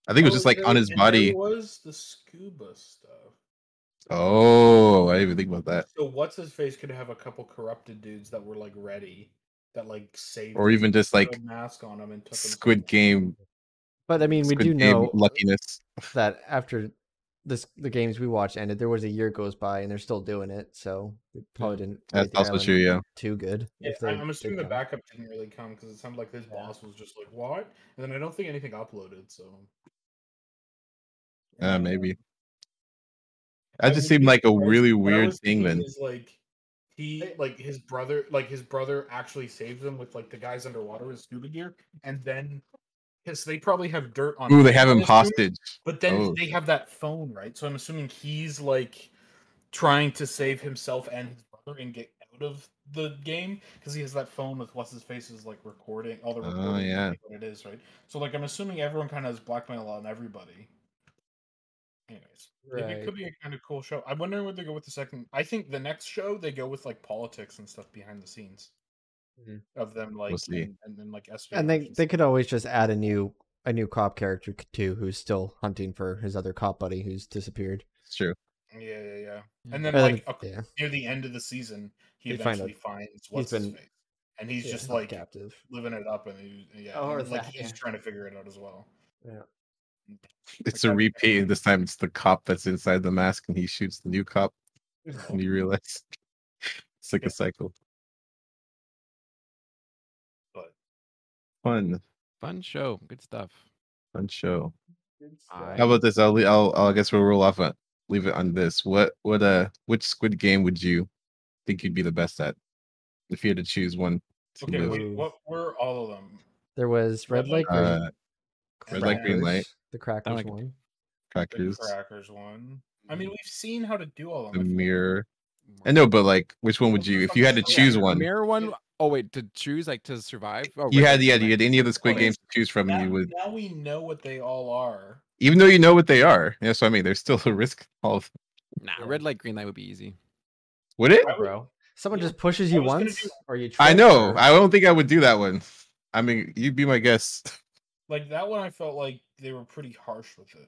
S4: I think it was
S2: Oh,
S4: just like
S2: there-
S4: on his
S2: and there
S4: body.
S2: was the scuba stuff.
S4: Oh, I didn't even think about that.
S2: So what's his face could have a couple corrupted dudes that were like ready, that like saved,
S4: Or
S2: him,
S4: even just
S2: put
S4: like
S2: a mask on him and took him
S4: Squid
S2: somewhere.
S4: Game.
S1: but i mean we
S4: Squid
S1: do
S4: Game [LAUGHS]
S1: know
S4: luckiness.
S1: that after this the games we watched ended there was a year goes by and they're still doing it so they probably didn't
S4: That's
S1: rate the
S4: also
S1: island
S4: true. Yeah.
S1: too good
S2: Yeah,
S1: if
S2: I-
S1: they
S2: I'm
S1: did
S2: assuming the
S1: come.
S2: backup didn't really come because it sounded like his boss was just like, "What?" And then I don't think anything uploaded. So
S4: Uh, maybe. That just
S2: would
S4: seemed
S2: be
S4: like a
S2: surprised.
S4: really
S2: What I
S4: weird
S2: was
S4: thing
S2: thinking
S4: then.
S2: Is like he
S1: They-
S2: like his brother like his brother actually saves them with like the guys underwater with scuba gear, and then because they probably have dirt on.
S4: Ooh, they have him
S2: this dude,
S4: hostage.
S2: But then
S4: Oh.
S2: they have that phone, right? So I'm assuming he's like trying to save himself and his brother and get out of the game because he has that phone with what's his face is like recording all the
S4: Oh,
S2: recording. is,
S4: yeah.
S2: like, What it is, right? So like I'm assuming everyone kind of has blackmail on everybody. Anyways, maybe it could be a kind of cool show. I wonder where they go with the second. I think the next show they go with like politics and stuff behind the scenes
S1: Mhm.
S2: of them like
S4: see.
S2: And, Mm-hmm. and then like espionage
S1: and they
S2: and
S1: they
S2: stuff.
S1: could always just add a new a new cop character c- too who's still hunting for his other cop buddy who's disappeared
S4: It's true.
S2: yeah yeah yeah.
S3: Yeah.
S2: And then
S1: And
S2: like
S1: then-
S2: ac-
S1: yeah
S2: near the end of the season, he
S1: They find
S2: eventually finds what's his
S1: been-
S2: face, and he's
S1: yeah,
S2: just
S1: held
S2: like
S1: captive
S2: living it up, and he, yeah,
S1: Oh, or
S2: and, like
S1: that,
S2: he's
S1: yeah.
S2: trying to figure it out as well. Like
S4: It's a
S2: that-
S4: repeat. and This time it's the cop that's inside the mask and he shoots the
S2: [LAUGHS]
S4: new cop and you realize [LAUGHS] it's like
S2: Yeah.
S4: a cycle.
S2: But-
S4: Fun,
S3: Fun show. Good stuff.
S4: fun show.
S3: I-
S4: How about this? I'll, le- I'll, I'll I guess we'll roll off on leave it on this. What what uh which Squid Game would you think you'd be the best at if you had to choose one? To
S2: Okay,
S4: live?
S2: wait,
S1: Ooh.
S2: what were all of them?
S1: there was red
S2: Red
S1: light
S2: Light
S1: green,
S4: Uh, Red Light, Green
S1: Crackers,
S4: Light.
S1: the crackers
S3: like it.
S1: one
S2: The
S4: crackers,
S2: crackers one. I
S1: Mm-hmm.
S2: mean, we've seen how to do all of
S4: the
S2: them. I feel like.
S4: mirror. I know, but like, which one would you if you had to
S2: Yeah,
S4: choose
S3: Oh, the
S4: one?
S3: Mirror one oh wait, to choose like to survive. Oh,
S4: You
S3: right,
S4: had
S3: right,
S4: yeah,
S3: right.
S4: you had any of the Squid
S2: Okay.
S4: Games to choose from, and
S2: Now,
S4: you would
S2: now we know what they all are.
S4: even though you know what they are. That's what I mean. There's still [LAUGHS] a risk involved.
S3: Nah,
S2: Yeah.
S3: red light, green light would be easy.
S4: Would it?
S2: I would-
S1: bro someone
S2: Yeah,
S1: just pushes
S2: I
S1: you
S2: was gonna
S1: once
S2: do-
S1: or you
S4: I
S1: trip,
S4: know.
S1: or-
S4: I don't think I would do that one. I mean, you'd be my guest.
S2: Like that one, I felt like they were pretty harsh with it.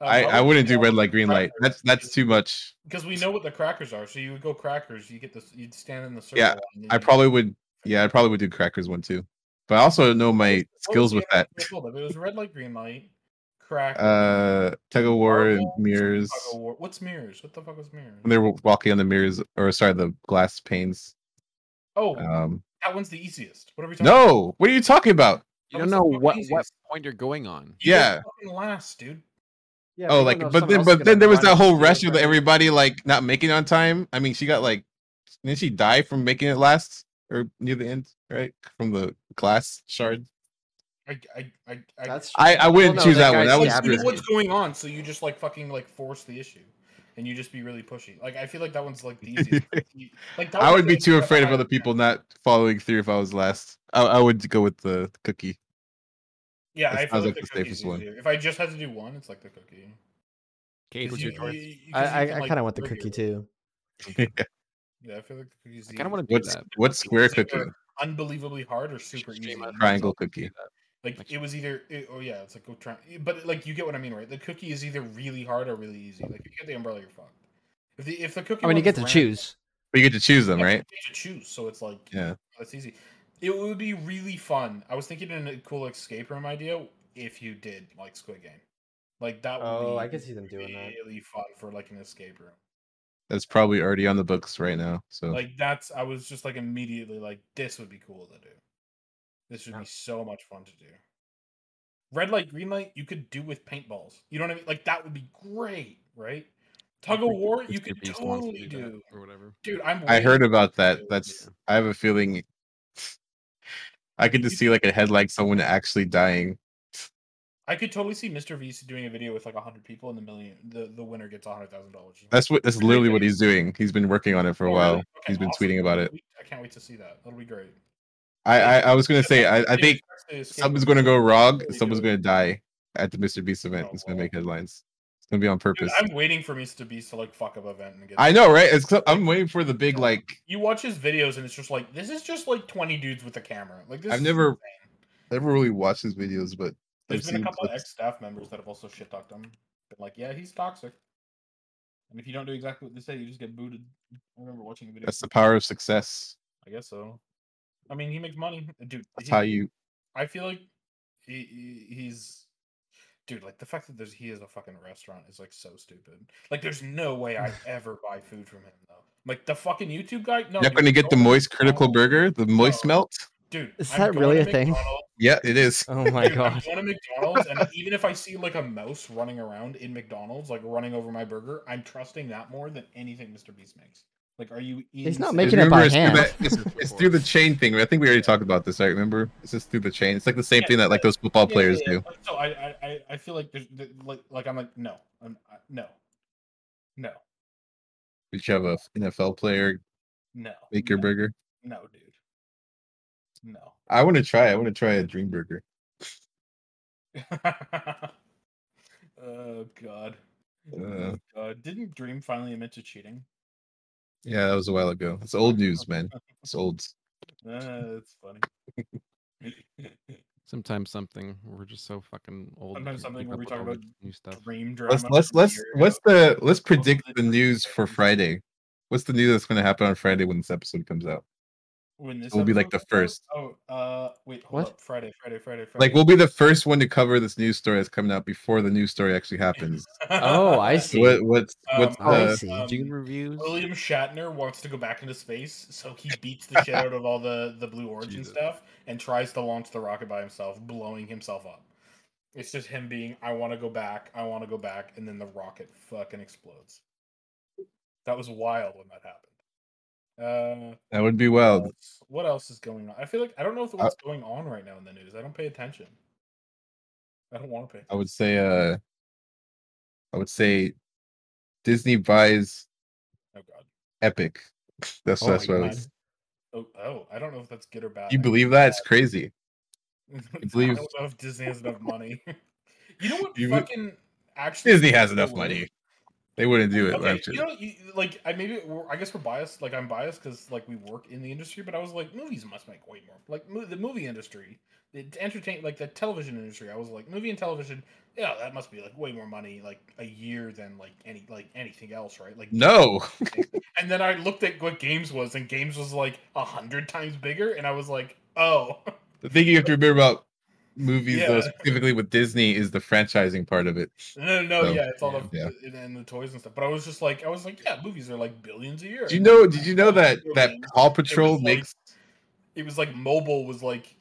S2: Uh,
S4: I, I
S2: would
S4: wouldn't
S2: you
S4: do
S2: all
S4: red
S2: do
S4: light, green light.
S2: crackers?
S4: That's that's too much.
S2: because we know what the crackers are. So you would go crackers. You get this. You'd stand in the circle.
S4: Yeah,
S2: and then
S4: I
S2: you'd-
S4: probably would. Yeah, I probably would do crackers one too. But I also know my
S2: What was
S4: skills
S2: the
S4: with
S2: other
S4: that.
S2: one we pulled up? It was red light, green light, crackers.
S4: Uh, tug of war and
S2: Marble,
S4: mirrors.
S2: tug of war- What's mirrors? What the fuck was mirrors?
S4: When they were walking on the mirrors, or sorry, the glass panes.
S2: oh,
S4: Um,
S2: that one's the easiest. What are we talking?
S4: no, what are you talking about?
S2: That
S3: You don't
S2: was the
S3: know
S2: fucking
S3: what, what
S2: easiest.
S3: point you're going on.
S2: You just
S4: Yeah.
S2: fucking last, dude.
S1: Yeah,
S4: oh, like, but then, but then there was that whole rush of everybody like not making it on time. I mean, she got like, didn't she die from making it last or near the end, right? From the glass shard.
S2: I, I, I, I
S1: [LAUGHS] That's
S4: I I wouldn't
S1: no,
S4: choose
S1: that
S4: that, one.
S1: guy's
S4: That
S2: Well,
S4: was
S1: yeah,
S2: you know
S1: but-
S4: screwed.
S2: what's going on, so you just like fucking like force the issue, and you just be really pushy. Like I feel like that one's like the
S4: [LAUGHS]
S2: easiest. like that
S4: I
S2: one's
S4: would be
S2: like-
S4: too afraid of other people not following through if I was last. I, I would go with the cookie.
S2: Yeah,
S4: That
S2: I feel
S4: sounds
S2: like
S4: like
S2: the
S4: the
S2: cookie's
S4: safest one.
S2: easier. If I just had to do one, it's like the cookie.
S3: Cade,
S2: 'Cause
S3: what's
S2: you-
S3: your choice?
S2: you- 'cause you
S1: I, I,
S2: can,
S1: I
S2: like,
S1: kind of want the
S2: argue.
S1: cookie too.
S2: Yeah, I feel like the cookie's.
S3: I kind of want to do
S4: What's
S3: that.
S4: what's square
S2: It's like
S4: cookie?
S2: a unbelievably hard or super easy.
S3: Stream out of
S4: Triangle
S3: myself to do
S4: cookie.
S3: that.
S2: Like
S3: Like-
S2: it was either it, oh yeah, it's like go try, but like you get what I mean, right? The cookie is either really hard or really easy. Like if you get the umbrella, you're fucked. If the if the cookie,
S1: I mean, you
S2: one's
S1: get to
S2: random-
S1: choose.
S4: But you get to choose them,
S2: Yeah,
S4: right?
S2: You get to choose, so it's like
S4: Yeah.
S2: that's easy. It would be really fun. I was thinking in a cool escape room idea if you did like Squid Game, like that. Would
S1: Oh,
S2: be
S1: I could see them doing that.
S2: Really fun for like an escape room.
S4: That's probably already on the books right now. So
S2: Like that's. I was just like immediately like this would be cool to do. This would
S1: Yeah.
S2: be so much fun to do. Red light, green light. You could do with paintballs. You know what I mean? Like that would be great, right? Tug of
S3: Like,
S2: war, you
S3: Mr.
S2: could
S3: Beast wants to
S2: totally
S3: do that
S2: do.
S3: or whatever.
S2: Dude, I'm.
S4: I
S2: waiting
S4: heard about
S2: Yeah.
S4: that. That's I have a feeling [SIGHS] I could just see like a headlight someone actually dying.
S2: I could totally see Mr. V's doing a video with like hundred people, and the million the, the winner gets hundred thousand dollars.
S4: That's what that's literally what he's doing. He's been working on it for a while. He's been tweeting about it.
S2: I can't wait to see that. That'll be great.
S4: I I, I was gonna say I, I think something's gonna go wrong. Someone's gonna die at the Mr. Beast event. It's gonna make headlines. It's gonna be on
S2: Dude,
S4: purpose.
S2: I'm waiting for Mr. Beast to like fuck up event and get.
S4: I know, right? It's I'm waiting for the big like
S2: You watch his videos and it's just like this is just like twenty dudes with a camera. Like this.
S4: I've
S2: is
S4: never-
S2: insane.
S4: I never really watched his videos, but I've
S2: There's been
S4: seen
S2: a couple of
S4: clips.
S2: ex staff members that have also shit talked him. Been like, yeah, he's toxic. And if you don't do exactly what they say, you just get booted. I remember watching the video.
S4: that's the power of success.
S2: I guess so. I mean, he makes money, dude.
S4: That's
S2: he-
S4: how you
S2: I feel like he, he- he's dude. Like the fact that there's he is a fucking restaurant is like so stupid. Like there's no way
S4: [SIGHS]
S2: I ever buy food from him though. Like the fucking YouTube guy. No,
S4: you're not
S2: dude,
S4: gonna get the
S2: go-
S4: moist critical burger, the moist
S2: No.
S4: melt.
S2: Dude,
S1: Is
S2: I'm
S1: that
S2: going
S1: really
S2: to
S1: a thing?
S2: McDonald's-
S4: Yeah, it is.
S1: Oh
S2: [LAUGHS]
S1: my
S2: dude, I'm
S1: god.
S2: going to McDonald's, and even if I see like a mouse running around in McDonald's, like running over my burger, I'm trusting that more than anything Mr. Beast makes. Like, are you?
S1: He's not
S2: insane?
S1: making it by
S4: it's through
S1: hand.
S4: that- [LAUGHS] it's, it's through the chain thing. I think we already talked about this. I remember. It's just through the chain. It's like the same
S2: Yeah,
S4: thing that like those football
S2: Yeah,
S4: players
S2: yeah, yeah.
S4: do.
S2: Like, So I, I, I- I feel like there's th- like, like I'm like no, I'm I, no, no,
S4: Did you have a NFL player
S2: no.
S4: make your
S2: no,
S4: burger?
S2: No, dude. No. [LAUGHS]
S4: I want to try. I want to try a dream burger.
S2: oh God.
S4: Uh,
S2: Uh, didn't Dream finally admit to cheating?
S4: yeah, that was a while ago. It's old news, man. It's old.
S2: Uh, that's
S1: [LAUGHS]
S2: funny.
S3: Sometimes something we're just so fucking old. we
S2: Sometimes
S3: can't
S2: something
S3: keep
S2: where
S3: up
S2: we
S3: with
S2: talk
S3: all the
S2: about
S3: new stuff.
S2: Dream drama.
S4: Let's let's
S2: from a
S4: let's
S2: year
S4: what's
S2: ago.
S4: the let's predict
S2: the
S4: the
S2: dream
S4: news for
S2: burger.
S4: Friday. What's the news that's going to happen on Friday when this episode comes out?
S2: When this
S4: We'll be, like,
S2: episode
S4: the
S2: comes out- Oh, uh, wait, hold
S1: What?
S2: up. Friday, Friday, Friday, Friday. [LAUGHS]
S4: Like, we'll be the first one to cover this news story that's coming out before the news story actually happens.
S1: Oh,
S2: [LAUGHS]
S1: I see. Oh,
S4: What what's what's uh,
S2: Um,
S1: I
S4: the,
S1: see.
S2: um,
S3: June reviews.
S2: William Shatner wants to go back into space, so he beats the shit out of all the the Blue Origin
S3: Jesus.
S2: stuff and tries to launch the rocket by himself, blowing himself up. It's just him being, I want to go back, I want to go back, and then the rocket fucking explodes. That was wild when that happened. Uh,
S4: that would be wild.
S2: what else- what else is going on? I feel like I don't know if what's going on right now in the news. I don't pay attention. I don't want to pay. oh
S4: I would say uh I would say Disney buys
S2: Oh god.
S4: Epic. That's
S1: Oh
S4: that's
S1: my
S4: what I
S1: God.
S4: was.
S2: Oh, oh, I don't know if that's good or bad.
S4: You
S2: I-
S4: believe that? It's crazy.
S2: I [LAUGHS]
S4: believe-
S2: don't know if Disney has enough money. [LAUGHS] you know what?
S4: You be-
S2: fucking actually,
S4: Disney has enough
S2: Oh,
S4: money. They wouldn't do it.
S2: Okay,
S4: I'm
S2: you
S4: sure.
S2: know, you, like I maybe we're- I guess we're biased. Like I'm biased because like we work in the industry, but I was like, movies must make way more. Like mo- the movie industry, the entertain, like the television industry. I was like, movie and television. Yeah, that must be like way more money, like a year than like any like anything else, right? Like
S4: No.
S2: And then I looked at what games was, and games was like a hundred times bigger, and I was like, oh, [LAUGHS]
S4: The thing you have to remember about movies though,
S2: Yeah.
S4: specifically with Disney is the franchising part of it.
S2: No, no,
S4: So,
S2: yeah, it's all
S3: yeah.
S2: the
S4: Yeah.
S2: and, and the toys and stuff. But I was just like, I was like, yeah, movies are like billions a year.
S4: Did you know did you know that that Paw
S2: It
S4: Patrol
S2: was like-
S4: makes
S2: it was like mobile was like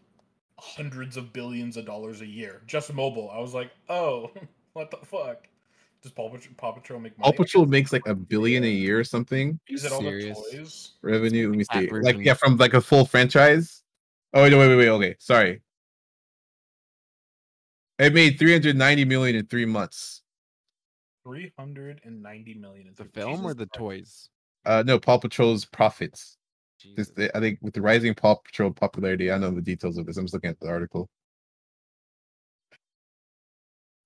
S2: hundreds of billions of dollars a year just mobile. I was like, oh, [LAUGHS] what the fuck? Does Paw Patrol, Paw Patrol make money?
S4: All Patrol makes like a billion a year or something
S2: Is it all
S3: Serious.
S2: the toys?
S4: revenue. Let me
S3: Cat
S4: see. Like
S3: version.
S4: yeah, from like a full franchise. Oh no, wait, wait, wait. Okay, sorry. It made 390 million in three months.
S2: Three hundred and ninety million. in
S3: The
S2: three-
S3: film or
S2: Jesus
S3: the
S2: Christ.
S3: toys?
S4: Uh, no, Paw Patrol's profits. This,
S3: Jesus.
S4: I think with the rising Paw Patrol popularity, I don't know the details of this. I'm just looking at the article.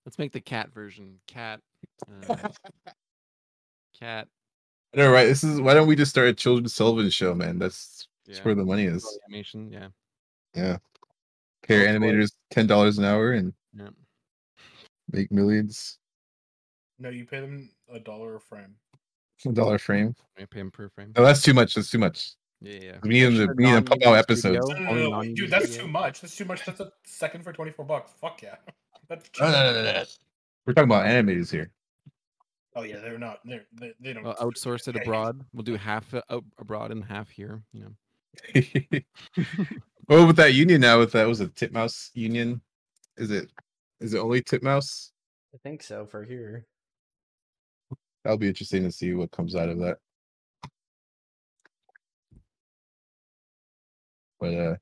S3: Let's make the cat version. Cat. Uh, [LAUGHS] cat.
S4: I know, right? This is why don't we just start a children's television show, man? That's,
S3: Yeah.
S4: that's where the money is.
S3: Animation. Yeah.
S4: Pay your
S3: Oh, boy.
S4: animators ten dollars an hour and
S3: Yeah.
S4: make millions
S2: No, you pay them a dollar a frame.
S4: a dollar frame.
S3: I pay him per frame.
S4: No, that's too much. That's too much.
S3: Yeah, yeah.
S4: We need them to
S3: Sure,
S4: we need them to pump out
S3: non-union
S4: episodes.
S2: No,
S3: studio,
S2: no,
S3: only
S2: no, no, wait,
S3: non-union
S2: Oh, dude, that's
S3: studio.
S2: too much. That's too much. That's a second for twenty four bucks. Fuck yeah. [LAUGHS] That's
S4: No, no, no, no, no. We're talking about animators
S3: [LAUGHS]
S4: here.
S2: Oh yeah, they're not. They're, they they don't
S3: Well, outsource it
S2: Okay.
S3: abroad. We'll do half uh, out abroad and half here. You know.
S4: well, with that union now, with that was a Titmouse union. Is it? Is it only Titmouse?
S1: I think so for here.
S4: That'll be interesting to see what comes out of that. But uh,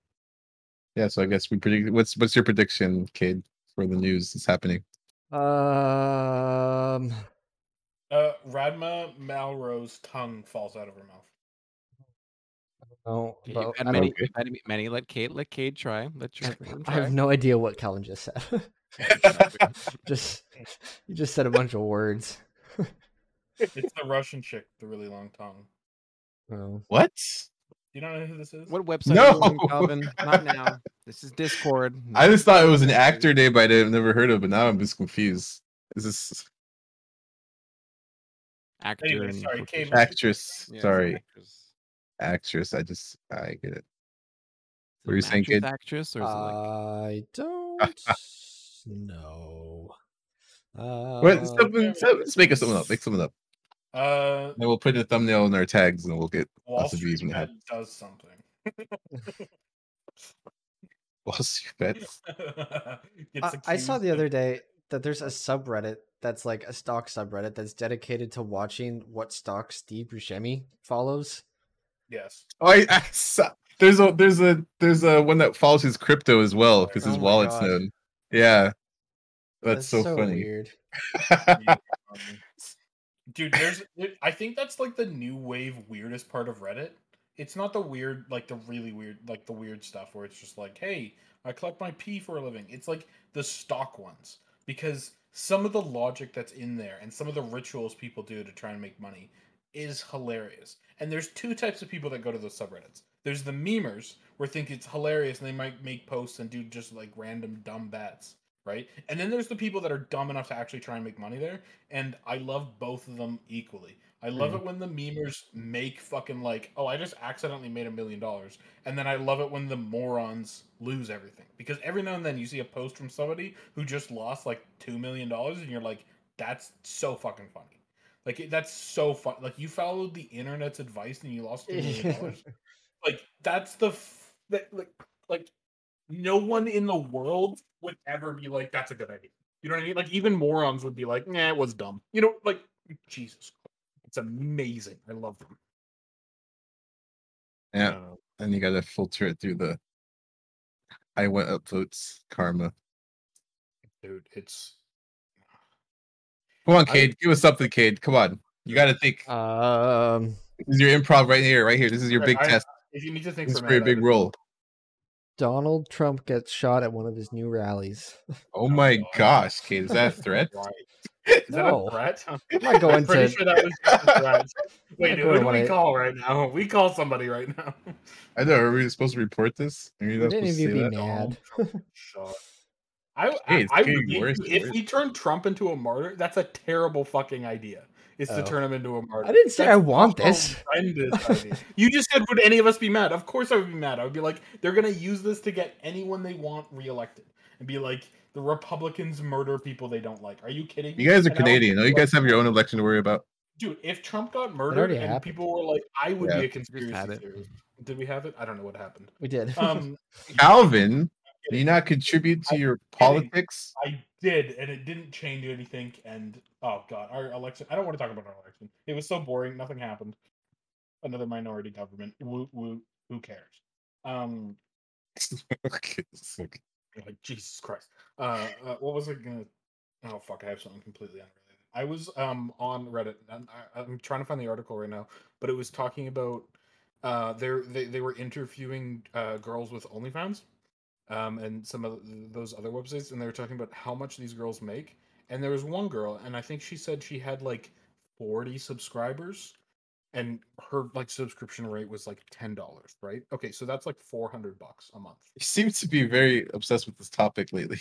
S4: yeah. So I guess we predict. What's what's your prediction, Cade, for the news that's happening?
S1: Um,
S2: Uh, Radma Malrose's tongue falls out of her mouth.
S1: no,
S3: Yeah,
S1: but
S3: you've had
S1: I,
S3: many,
S1: don't,
S4: Okay.
S3: you've had many- many. Let Kate, let Kate try. Let
S4: [LAUGHS]
S3: your husband
S1: I
S3: try.
S1: have no idea what Calvin just said. [LAUGHS] just you just said a bunch of words.
S2: It's the Russian chick with the really long tongue.
S1: Oh.
S4: What?
S2: You don't know who this is?
S3: What website? are you on,
S4: No!
S3: Calvin.
S4: [LAUGHS]
S3: Not now. This is Discord.
S4: I just thought it was an
S3: Discord.
S4: actor name I'd never heard of, but now I'm just confused. Is this
S3: Actor.
S2: Anyway,
S3: in
S2: sorry, Kate,
S3: quotation-
S2: what's
S4: actress?
S3: Yeah, it's an
S4: Sorry,
S3: actress. Is
S4: actress. I just I get it.
S3: it
S4: What were
S3: an
S4: you saying,
S3: actress,
S4: Kate?
S3: Actress or is it like?
S1: I don't know. Uh,
S4: What? Something,
S2: okay.
S4: some- let's make it something up. Make something up.
S2: Uh,
S4: And we'll put a thumbnail in our tags, and we'll get [LAUGHS]
S2: Wall
S4: Lots of views
S2: Street
S4: in the head.
S2: Bet does something. [LAUGHS]
S4: Wall Street bets.
S1: I,
S2: Gets
S1: I saw
S2: accused
S1: the
S2: of-
S1: other day that there's a subreddit that's like a stock subreddit that's dedicated to watching what stock Steve Buscemi follows.
S2: Yes.
S4: Oh, I, I saw, there's a there's a there's a one that follows his crypto as well because his
S1: Oh my
S4: wallet's
S1: gosh.
S4: known. Yeah, that's, so, [LAUGHS] funny.
S1: weird.
S2: Um, Dude, there's. there- I think that's like the new wave weirdest part of Reddit. It's not the weird, like the really weird, like the weird stuff where it's just like, hey, I collect my pee for a living. It's like the stock ones because some of the logic that's in there and some of the rituals people do to try and make money is hilarious. And there's two types of people that go to those subreddits. There's the memers where think it's hilarious and they might make posts and do just like random dumb bets, right? And then there's the people that are dumb enough to actually try and make money there. And I love both of them equally. I love
S1: Mhm.
S2: it when the memers make fucking like, oh, I just accidentally made a million dollars. And then I love it when the morons lose everything. Because every now and then you see a post from somebody who just lost like $2 million and you're like, that's so fucking funny. Like it- that's so fun. Like you followed the internet's advice and you lost two million dollars. like that's the f- that, like like no one in the world would ever be like that's a good idea. You know what I mean? Like even morons would be like, nah, it was dumb. You know, like Jesus, it's amazing. I love them.
S4: Yeah,
S2: Uh,
S4: and you gotta filter it through the I went upvotes karma.
S2: dude, it's
S4: Come on,
S2: I-
S4: Cade, give us something, Cade. Come on, you gotta think.
S1: Um,
S4: this is your improv right here, right here. This is your
S2: Okay,
S4: big
S2: I-
S4: test.
S2: if you need to think
S4: This is
S2: for a
S4: for your
S2: minute, I
S4: big
S2: was-
S4: role.
S1: Donald Trump gets shot at one of his new
S4: [LAUGHS]
S1: rallies.
S4: Oh my
S2: God.
S4: gosh, Cade,
S2: [LAUGHS]
S4: is that a threat?
S2: Right.
S4: [LAUGHS]
S2: Is
S1: No.
S2: that
S1: [LAUGHS]
S2: a threat?
S1: I'm not going
S2: I'm pretty
S1: to.
S2: sure that was just a
S1: [LAUGHS]
S2: threat.
S1: not
S2: Wait, dude,
S1: going
S2: what
S1: to
S2: do we
S1: wanna-
S2: call right now? We call somebody right now. [LAUGHS]
S4: I know. Are we supposed to report this? Are you not
S1: Would any
S4: supposed
S1: of
S4: to
S1: you
S4: say
S1: be
S4: that?
S1: mad?
S2: Shot. I,
S4: Hey,
S2: I,
S4: it's
S2: I
S4: getting
S2: would hate
S4: worse
S2: you-
S4: and
S2: if
S4: worse.
S2: we turn Trump into a martyr, that's a terrible fucking idea. Is
S1: Oh.
S2: to turn him into a martyr.
S1: I didn't say
S2: That's
S1: I want
S2: a
S1: this. [LAUGHS]
S2: horrendous idea. You just said, would any of us be mad? Of course I would be mad. I would be like, they're gonna use this to get anyone they want reelected, and be like, the Republicans murder people they don't like. Are you kidding? me?
S4: You guys are
S2: And I would
S4: Canadian.
S2: be
S4: Don't you
S2: like-
S4: guys have your own election to worry about?
S2: dude, if Trump got murdered and
S1: happened.
S2: people were like, I would
S4: Yeah.
S2: be a
S3: had
S2: conspiracy [LAUGHS]
S1: [LAUGHS]
S3: it.
S2: Um, theorist. Did we have it? I don't know what happened.
S1: We did.
S2: Um,
S4: Calvin Do you not contribute to your politics? [LAUGHS]
S2: I did, and it didn't change anything. And oh god, our election. I don't want to talk about our election. It was so boring. Nothing happened. Another minority government. Woo woo. Who cares? Um,
S4: Okay, it's okay.
S2: like Jesus Christ. Uh, uh, what was I gonna? Oh fuck! I have something completely unrelated. I was um on Reddit. And I, I'm trying to find the article right now, but it was talking about uh they're, they they were interviewing uh girls with OnlyFans, um and some of th- those other websites, and they were talking about how much these girls make. And there was one girl, and I think she said she had like 40 subscribers, and her like subscription rate was like ten dollars, right? Okay, so that's like 400 bucks a month.
S4: You seem to be very obsessed with this topic lately.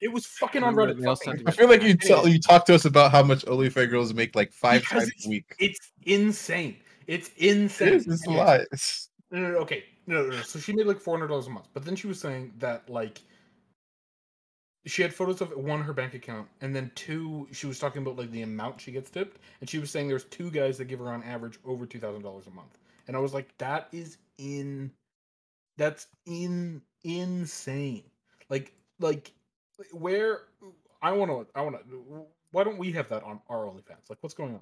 S2: It was fucking
S3: I
S2: on
S3: remember
S2: Reddit.
S3: they all
S2: fucking- [LAUGHS]
S3: sent
S4: I feel like you
S2: Anyway,
S4: tell you talk to us about how much OnlyFans girls make like five
S2: Because
S4: times a week.
S2: [LAUGHS] It's insane. It's
S4: It
S2: insane.
S4: is, it's a
S2: Anyways,
S4: lot. It's-
S2: No, no, no, okay. No, no, no. So she made like four hundred dollars a month, but then she was saying that like she had photos of one her bank account, and then two she was talking about like the amount she gets tipped, and she was saying there's two guys that give her on average over two thousand dollars a month, and I was like, that is in, that's in insane. Like like where I want to I want to why don't we have that on our OnlyFans? Like what's going on?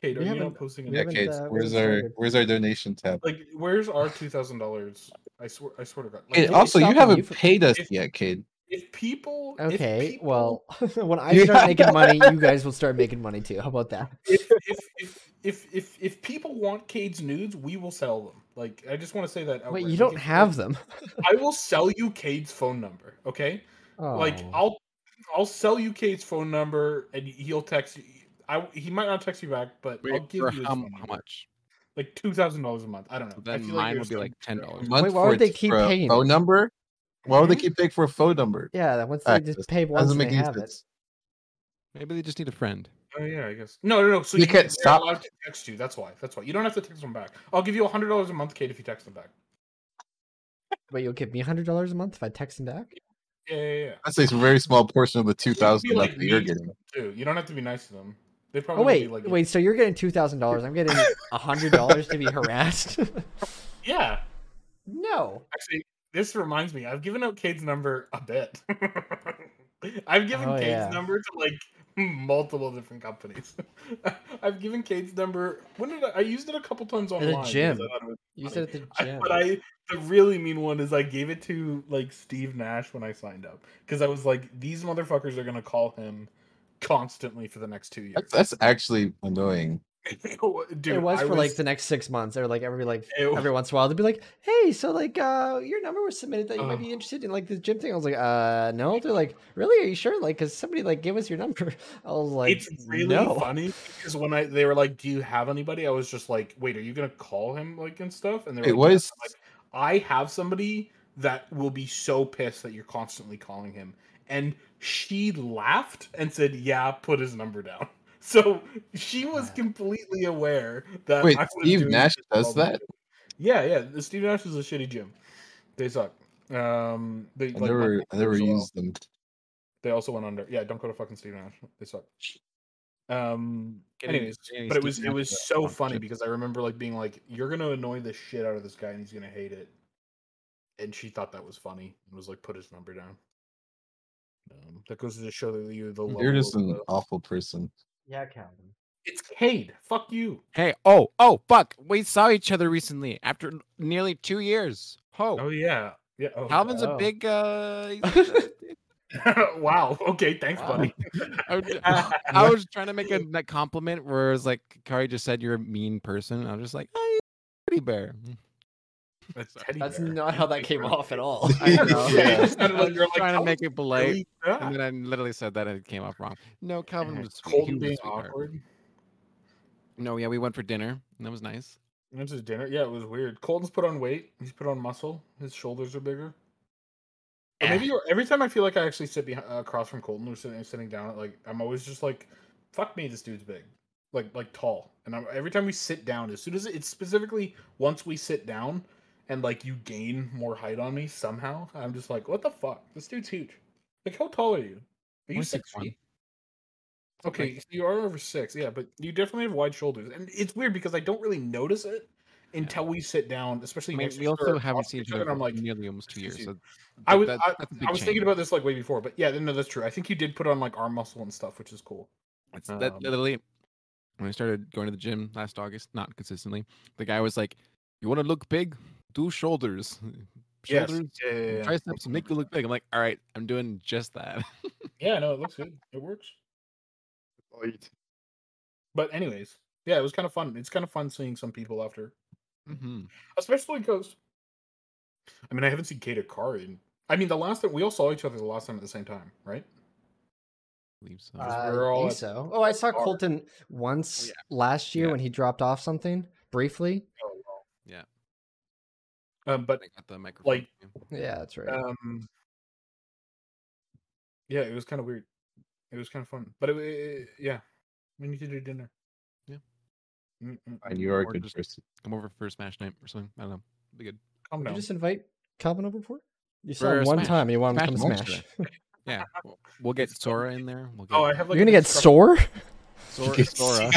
S2: Kate, are
S1: We
S2: you not
S1: haven't-
S2: posting?
S1: we
S2: an-
S4: Yeah,
S1: haven't,
S4: Kate,
S1: uh, we
S4: where's
S1: haven't
S4: our
S1: started.
S4: where's our donation tab?
S2: like, where's our two thousand dollars? I swear, I swear to God. Like,
S4: Hey,
S1: Kate,
S2: if-
S4: also, you
S1: stopping
S4: haven't
S1: you from-
S4: paid us
S2: if-
S4: yet, Kid.
S2: if people, if
S1: Okay,
S2: people-
S1: well,
S2: [LAUGHS]
S1: [LAUGHS] when I
S4: Yeah.
S1: start making money, you guys will start making money too. How
S2: [LAUGHS]
S1: about that?
S2: if, if, if if if if people want Cade's nudes, we will sell them. Like, I just want to say that.
S1: Wait,
S2: outright.
S1: you
S2: Like,
S1: don't
S2: if-
S1: have them.
S2: I will sell you Cade's phone number. Okay, [LAUGHS] like
S1: Oh.
S2: I'll I'll sell you Cade's phone number, and he'll text you. I he might not text you back, but I'll
S3: Wait,
S2: give
S3: for
S2: you his
S3: how,
S2: phone
S3: how
S2: number.
S3: much?
S2: Like two thousand dollars a month. I don't know. I
S3: Then
S2: feel
S3: mine
S2: there's
S3: would be
S2: some-
S3: like $10.
S2: Yeah.
S1: Wait, why
S4: for
S1: would they
S4: it-
S1: keep
S4: for a
S1: paying
S4: phone
S1: it?
S4: number? Why would they
S2: Hmm?
S4: keep paying for a phone number?
S1: Yeah, that once they
S4: Alright,
S1: just
S4: this
S1: pay once
S4: Doesn't
S1: and
S4: make
S1: they
S4: any
S1: have it.
S4: sense.
S3: Maybe they just need a friend.
S2: Oh yeah, I guess. No, no, no. So
S4: They
S2: you
S4: can't
S2: they're
S4: stop.
S2: allowed to text you. That's why. That's why. You don't have to text them back. I'll give you hundred dollars a month, Kate, if you text them back.
S1: But you'll give me hundred dollars a month if I text him back.
S2: Yeah, yeah, yeah.
S4: That's like a very small portion of
S1: [LAUGHS]
S4: the two thousand
S2: be like
S4: that you're
S2: me.
S4: getting.
S2: Too. You don't have to be nice to them. They probably
S1: Oh
S2: would be
S1: wait,
S2: like,
S1: wait. So you're getting two thousand
S2: [LAUGHS]
S1: dollars. I'm getting hundred dollars to be harassed. [LAUGHS]
S2: Yeah.
S1: no.
S2: Actually, this reminds me. I've given out Cade's number a bit. [LAUGHS] I've given
S1: Oh,
S2: Cade's
S1: yeah.
S2: number to like multiple different companies. [LAUGHS] I've given Cade's number. When did I, I used it a couple times
S1: a
S2: online? because I
S1: gym.
S2: thought it was
S1: You
S2: funny.
S1: said at the [LAUGHS]
S2: I-
S1: gym.
S2: but I the really mean one is I gave it to like Steve Nash when I signed up because I was like, these motherfuckers are gonna call him constantly for the next two years.
S4: That's, that's actually annoying.
S2: [LAUGHS] Dude,
S1: it was
S2: I
S1: for like the next six months, or like every like
S2: Ew.
S1: every once in a while, they'd be like, "Hey, so like uh, your number was submitted that you might
S2: Ugh.
S1: be interested in like the gym thing." I was like, "Uh, no." They're like, "Really? Are you sure?" Like, because somebody like gave us your number. [LAUGHS] I was like,
S2: it's really
S1: no.
S2: funny because when I they were like, "Do you have anybody?" I was just like, "Wait, are you gonna call him like and stuff?" And they were
S4: It
S2: like, "Yes."
S4: was
S2: I'm like, I have somebody that will be so pissed that you're constantly calling him. And she laughed and said, Yeah, put his number down. [LAUGHS] So she was
S1: Ah.
S2: completely aware that
S4: wait.
S2: I was
S4: Steve
S2: doing
S4: Nash
S2: this
S4: does
S2: all the
S4: that.
S2: time. Yeah, yeah. The Steve Nash is a shitty gym. They suck. Um they
S4: I
S2: like my
S4: never, I never
S2: as well.
S4: used them.
S2: they also went under. Yeah, don't go to fucking Steve Nash. They suck. Um
S3: Getting-
S2: anyways,
S3: getting
S2: but it was
S3: Steve
S2: it
S3: Nash
S2: was
S3: is
S2: so
S3: awesome.
S2: funny because I remember like being like, You're gonna annoy the shit out of this guy and he's gonna hate it. And she thought that was funny and was like, put his number down. Um, that goes to show that you the level
S4: You're just
S2: of,
S4: an
S2: uh,
S4: awful person.
S1: Yeah, [LAUGHS] Calvin.
S2: It's Cade. Fuck you.
S3: Hey, oh, oh, fuck. We saw each other recently after n- nearly two years. Ho.
S2: Oh yeah. Yeah. Oh,
S3: Calvin's
S1: wow.
S3: a big,
S2: [LAUGHS]
S3: uh,
S2: God. [LAUGHS] wow. Okay. Thanks,
S1: Wow.
S2: buddy. [LAUGHS]
S3: I, would- I was trying to make a n- compliment where it's like, Kari just said you're a mean person. I was just like, I
S2: [LAUGHS]
S3: pretty bear.
S2: That's,
S1: That's not how that came off at all.
S4: I know.
S1: [LAUGHS]
S2: Yeah.
S3: I
S2: You
S3: was
S2: sounded like you were like,
S3: trying to
S2: "Calvin's
S3: make it polite. And
S2: Yeah.
S3: then I literally said that and it came off wrong.
S2: [LAUGHS]
S3: No, Calvin was sweet. He
S2: Colton
S3: was a
S2: being
S3: sweetheart.
S2: awkward.
S3: No, yeah, we went for dinner and that was nice.
S2: Went to dinner. Yeah, it was weird. Colton's put on weight. He's put on muscle. His shoulders are bigger. Or maybe you're, every time I feel like I actually sit behind, uh, across from Colton or sitting, sitting down, like I'm always just like, "Fuck me, this dude's big, like like tall." And I'm, every time we sit down, as soon as it's specifically once we sit down, and like you gain more height on me somehow, I'm just like, "What the fuck? This dude's huge. Like, how tall are you? Are you
S3: We're
S2: six
S3: 6'1".
S2: feet? Okay,
S3: Like-
S2: so you are over six, yeah, but you definitely have wide shoulders, and it's weird because I don't really notice it until we sit down, especially
S3: I mean,
S2: next
S3: we
S2: year,
S3: also
S2: across
S3: haven't
S2: from
S3: seen
S2: each
S3: each
S2: other,
S3: other
S2: and I'm
S3: for
S2: like,
S3: nearly almost two years.
S2: "Excuse
S3: So
S2: I
S3: that-
S2: was
S3: that-
S2: I,
S3: that's a
S2: I
S3: big
S2: was thinking
S3: change.
S2: about this like way before, but yeah, no, that's true. I think you did put on like arm muscle and stuff, which is cool.
S3: It's that
S2: Um,
S3: literally when I started going to the gym last August, not consistently, the guy was like, You want to look big? Do shoulders.
S2: Yes,
S3: Shoulders,
S2: yeah, yeah, yeah.
S3: triceps make you look big. I'm like, all right, I'm doing just that.
S2: Yeah, no, it looks good. It works. But anyways, yeah, it was kind of fun. It's kind of fun seeing some people after, Mm-hmm.
S3: [LAUGHS] hmm
S2: especially because. I mean, I haven't seen Kate Car in. I mean, the last time we all saw each other the last time at the same time, right?
S3: believe so.
S2: Uh,
S1: I
S2: we're all
S1: think
S2: at
S1: so. Oh, I saw
S2: bar.
S1: Colton once
S3: Yeah.
S1: last year
S3: Yeah.
S1: when he dropped off something briefly.
S3: Oh, Yeah.
S2: Um, but
S3: I got the microphone.
S2: like,
S3: yeah.
S1: Yeah, that's right.
S2: um, yeah, it was kind of weird. It was kind of fun, but it, wa- it- yeah, we need to do dinner.
S3: Yeah.
S2: Mm, mm,
S4: And you are a
S3: Or
S4: good
S3: just-
S4: person.
S3: come over for Smash night or something. I don't know.
S2: [LAUGHS]
S3: Be good.
S2: Calm
S1: Did
S2: down.
S1: you just invite Calvin over for? it? You saw
S3: For
S1: him one
S3: Smash.
S1: time and you want him to
S3: Smash
S1: come
S3: Monster.
S1: smash.
S3: Yeah, we'll, we'll get Sora in there. We'll get
S2: Oh, I have like.
S1: You're gonna
S2: an
S1: get
S2: instruction- [LAUGHS]
S1: sore.
S3: Sora. Sora.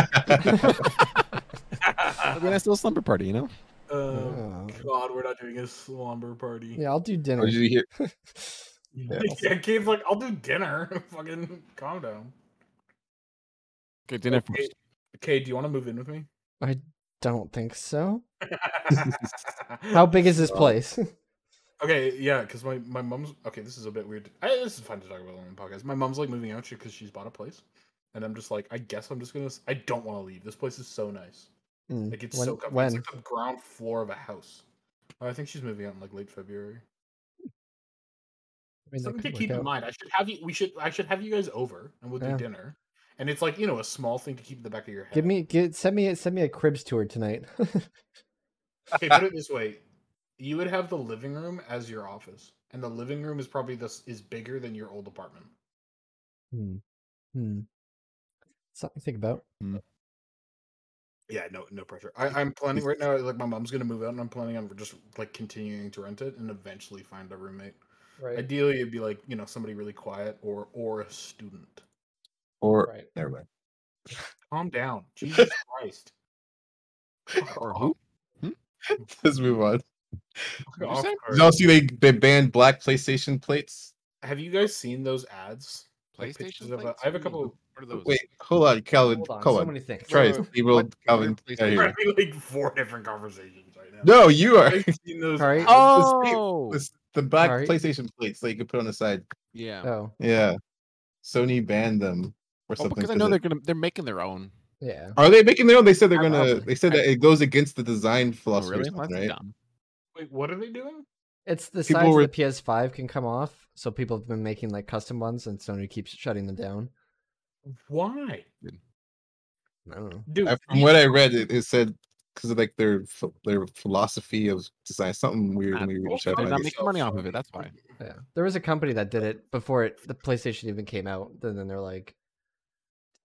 S3: It'll be a nice little slumber party, you know.
S2: Oh,
S1: Oh.
S2: God, we're not doing a slumber party. [LAUGHS]
S1: Yeah, I'll do dinner.
S4: Or did you hear?
S2: Yeah, Gabe's like, I'll do dinner. [LAUGHS] Fucking calm down.
S3: Okay, dinner
S2: Okay.
S3: first.
S2: Okay, do you want to move in with [LAUGHS] me?
S1: I [SIGHS] don't think [CLEARS THROAT] so. How big is this
S4: Well,
S1: place? [LAUGHS]
S2: Okay, yeah, because my my mom's okay. This is a bit weird. I, this is fun to talk about on the podcast. My mom's like moving out because she's bought a place, and I'm just like, I guess I'm just gonna. s- I don't want to leave. This place is so nice.
S1: Mm,
S2: Like it's
S1: when,
S2: so comfy.
S1: when?
S2: It's like the ground floor of a house. Uh, I think she's moving out in like late February.
S1: I mean, that
S2: Something to
S1: could work
S2: keep in
S1: out.
S2: mind. I should have you. We should. I should have you guys over, and we'll do
S1: Yeah.
S2: dinner. And it's like you know a small thing to keep in the back of your head.
S1: Give me, get, send me, send me a cribs tour tonight.
S2: [LAUGHS]
S1: [LAUGHS]
S2: Okay, put it this way: you would have the living room as your office, and the living room is probably this is bigger than your old apartment.
S1: hmm. Hmm. Something to think about.
S2: Yeah, no, no pressure. I, I'm planning right now. Like my mom's gonna move out, and I'm planning on just like continuing to rent it and eventually find a roommate.
S1: Right.
S2: Ideally, it'd be like you know somebody really quiet or or a student.
S4: Or
S1: Right.
S4: never mind. [LAUGHS]
S2: Calm [LAUGHS] down, Jesus Christ.
S3: Or who?
S4: Let's move on.
S2: Fuck
S3: you
S2: off,
S3: say?
S2: Carter.
S4: Did y'all see they they banned black PlayStation plates?
S2: Have you guys seen those ads? Like pictures
S3: PlayStation.
S2: of a-
S3: plates?
S2: I have a
S3: What do you mean?
S2: couple.
S3: What are
S2: [LAUGHS]
S3: those?
S4: Wait, hold on, Calvin.
S1: Hold on.
S4: come
S1: so
S4: on.
S1: many things.
S4: Try
S3: Wait,
S4: it.
S3: wait,
S4: Leave old
S3: what-
S4: Calvin
S3: what
S4: out
S3: PlayStation?
S2: We're
S4: here.
S2: having like four different conversations right now.
S4: No, you are.
S2: Have you seen those
S1: All right.
S2: ads?
S3: Oh,
S4: It's the black
S1: Sorry.
S4: PlayStation plates that you could put on the side.
S3: yeah.
S1: Oh,
S4: Yeah. Sony banned them or
S3: Oh,
S4: something.
S3: because I
S4: 'cause
S3: know
S4: it-
S3: they're gonna they're making their own.
S1: yeah.
S4: Are they making their own? They said they're
S1: I'm
S4: gonna.
S1: ugly.
S4: They said that it goes against the design
S3: Oh,
S4: philosophy, or
S3: really? Well,
S4: something,
S3: that's
S4: right?
S3: dumb.
S2: Wait, what are they doing?
S1: It's the
S4: People
S1: sides
S4: were-
S1: of the PS5 can come off, so people have been making like custom ones, and Sony keeps shutting them down.
S2: Why,
S1: I don't know.
S2: dude?
S4: I, from
S2: you-
S4: what I read, it, it said because of like their ph- their philosophy of design, something weird.
S3: Ah,
S4: Let me
S2: well,
S4: reach out.
S2: calm
S3: They're
S4: and
S3: not
S4: I guess-
S3: making money off of it. That's why.
S1: Yeah, there was a company that did it before it the PlayStation even came out. Then then they're like,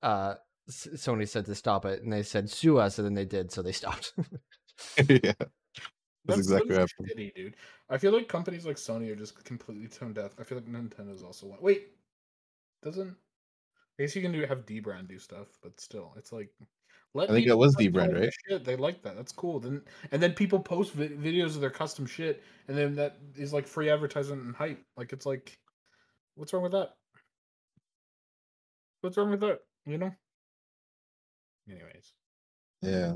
S1: uh, S- Sony said to stop it, and they said sue us, and then they did, so they [LAUGHS] stopped.
S4: [LAUGHS] yeah, that's exactly what happened.
S2: shitty, dude. I feel like companies like Sony are just completely tone deaf. I feel like Nintendo's also one. Wait, doesn't? I guess you can do have D brand do stuff, but still, it's like. Let
S4: I think
S2: people
S4: that was
S2: like
S4: dbrand,
S2: their own
S4: right?
S2: Shit, they like that. That's cool. Then and then people post vi- videos of their custom shit, and then that is like free advertisement and hype. Like it's like, what's wrong with that? What's wrong with that? You know. Anyways,
S4: Yeah.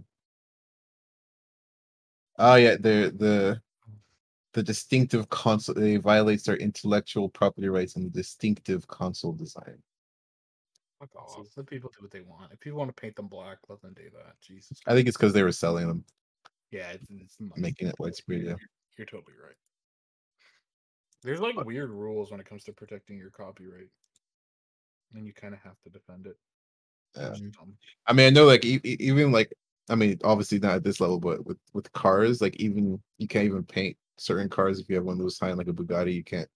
S4: Oh yeah, the the the distinctive console they violates their intellectual property rights and the distinctive console design.
S2: fuck off.
S3: is-
S2: Let people do what they want. If people want to paint them black, let them do that. Jesus.
S4: I think it's because they were selling them,
S2: Yeah, it's, it's the money.
S4: making it widespread. Yeah.
S2: You're, you're totally right. There's like
S4: But-
S2: weird rules when it comes to protecting your copyright, and you kind of have to defend it.
S4: Yeah.
S2: Which is dumb.
S4: I mean, I know like e- e- even like I mean, obviously not at this level, but with with cars, like even you can't even paint certain cars if you have one of those signed like a Bugatti. You can't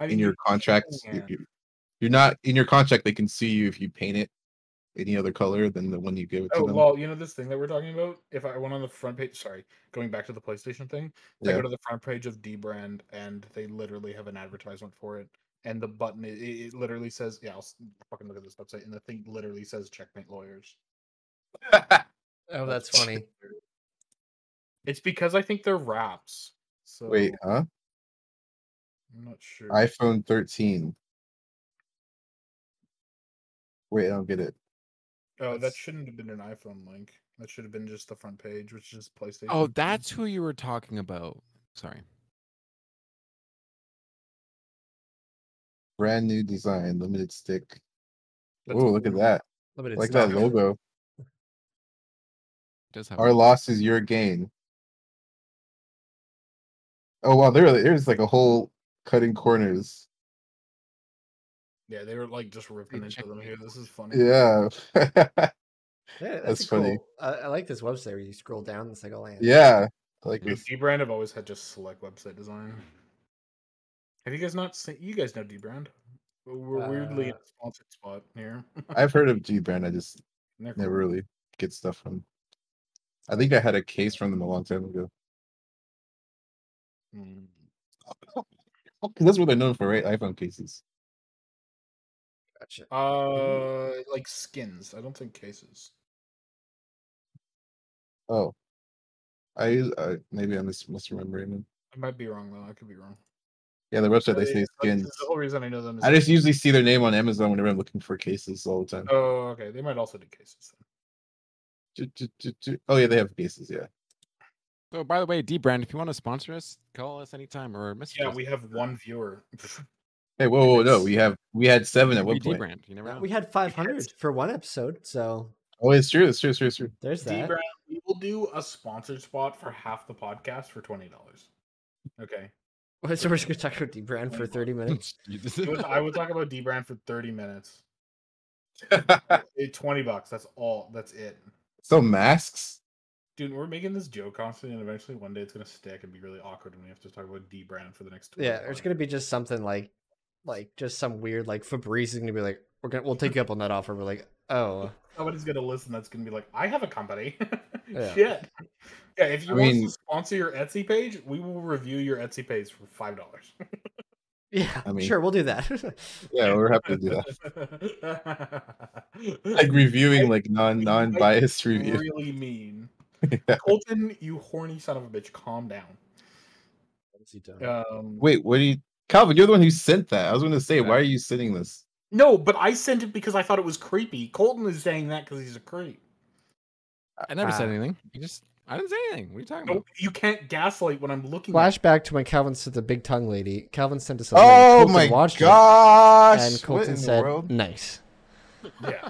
S2: I
S4: in your
S2: you
S4: contract.
S2: can,
S4: You're, you're not in your contract. They can sue you if you paint it any other color than the one you give it to
S2: Oh
S4: them.
S2: well, you know this thing that we're talking about. If I went on the front page, sorry, going back to the PlayStation thing, I
S4: Yeah.
S2: go to the front page of Dbrand, and they literally have an advertisement for it. And the button, it, it it literally says, "Yeah, I'll s- fucking look at this website," and the thing literally says "Checkmate Lawyers."
S1: oh, that's
S4: funny.
S1: funny.
S2: It's because I think they're wraps. So
S4: [LAUGHS] Wait, huh?
S2: I'm not sure.
S4: iPhone 13. Wait, I don't get it.
S2: oh, that
S4: that's-
S2: shouldn't have been an iPhone link. That should have been just the front page, which is PlayStation.
S3: Oh,
S2: two.
S3: that's who you were talking about. Sorry.
S4: Brand new design, limited stick.
S2: That's
S4: Oh, look at
S2: cool.
S4: that!
S1: Limited
S4: like that
S1: stock.
S4: logo.
S3: It does have
S4: Our
S3: a-
S4: loss is your gain. Oh wow, there there's like a whole cutting corners.
S2: Yeah, they were like just ripping into
S3: check
S2: them
S3: me
S2: here.
S3: out.
S2: This is funny.
S4: Yeah,
S1: [LAUGHS]
S4: [LAUGHS]
S1: Yeah, that's,
S4: That's
S1: a cool.
S4: funny.
S1: I, I like this website where you scroll down and it's like, oh, land.
S4: yeah. I Like this.
S2: D brand, I've always had just select website design. Have you guys not seen? You guys know D brand. We're weirdly in
S1: Uh,
S2: a sponsored spot here.
S4: I've heard of G Brand. I just
S2: [LAUGHS] They're cool.
S4: never really get stuff from. I think I had a case from them a long time ago.
S2: Mm.
S4: Because Oh, that's what they're known for, right? iPhone cases.
S1: Gotcha.
S4: Mm.
S2: Uh, like skins. I don't think cases.
S4: Oh, I use. Uh, maybe I'm mis- misremembering them.
S2: I might be wrong though. I could be wrong.
S4: Yeah, the website
S2: Uh,
S4: they say
S2: yeah, like,
S4: skins.
S2: The whole reason I know them is
S4: I
S2: like-
S4: just usually see their name on Amazon whenever I'm looking for cases all the time.
S2: Oh, okay. They might also do cases. Then.
S4: Ju- ju- ju- ju- Oh yeah, they have cases. Yeah.
S3: So, by the way, D Brand, if you want to sponsor us, call us anytime or message
S2: Yeah,
S3: us.
S2: we have one viewer.
S4: Hey, whoa, whoa, no, we have we had seven at
S3: Maybe
S4: one
S3: D
S4: point.
S3: Brand. You never
S1: Uh,
S3: know.
S1: We had 500 for one episode, so
S4: Oh, it's true. It's true. It's true. It's true.
S1: there's
S2: D
S1: that.
S2: Brown, we will do a sponsored spot for half the podcast for twenty dollars. Okay.
S1: So [LAUGHS] we're just gonna talk about D brand for 30
S4: [LAUGHS]
S1: minutes.
S3: Jesus.
S2: It was- I will talk about D brand for thirty minutes. Eh, Twenty bucks. That's all. That's it.
S4: [LAUGHS] so masks.
S2: Dude, we're making this joke constantly, and eventually one day it's gonna stick and be really awkward, and we have to talk about D brand for the next. 20
S1: Yeah, there's
S2: podcasts.
S1: gonna be just something like, like just some weird like Febreze is gonna be like, we're gonna we'll take you up on that offer. We're like, oh,
S2: Somebody's gonna listen. That's gonna be like, I have a company. [LAUGHS]
S1: Yeah.
S2: Shit. Yeah, if you
S4: I
S2: want
S4: mean-
S2: to sponsor your Etsy page, we will review your Etsy page for five dollars.
S1: yeah,
S4: I mean-
S1: sure, we'll do that. [LAUGHS]
S4: Yeah, we're happy to
S2: [LAUGHS]
S4: do that. Like reviewing like non non biased reviews.
S2: really mean.
S4: Yeah.
S2: Colton, you horny son of a bitch, calm down. Um,
S4: Wait, what do you, Calvin? You're the one who sent that. I was going to say, why
S3: Yeah.
S4: are you sending this?
S2: no, but I sent it because I thought it was creepy. Colton is saying that because he's a creep.
S3: [LAUGHS] I never said
S1: Ah.
S3: anything. I just, I didn't say anything. What are you talking
S2: No,
S3: about?
S2: you can't gaslight when I'm looking. at
S1: [LAUGHS] Flashback to when Calvin sent the big tongue lady. Calvin sent us a link.
S4: Oh
S1: Colton
S4: my
S1: watched it,
S4: gosh!
S1: and
S4: what
S1: Colton
S4: in
S1: said,
S4: the world?
S1: nice.
S2: [LAUGHS] Yeah.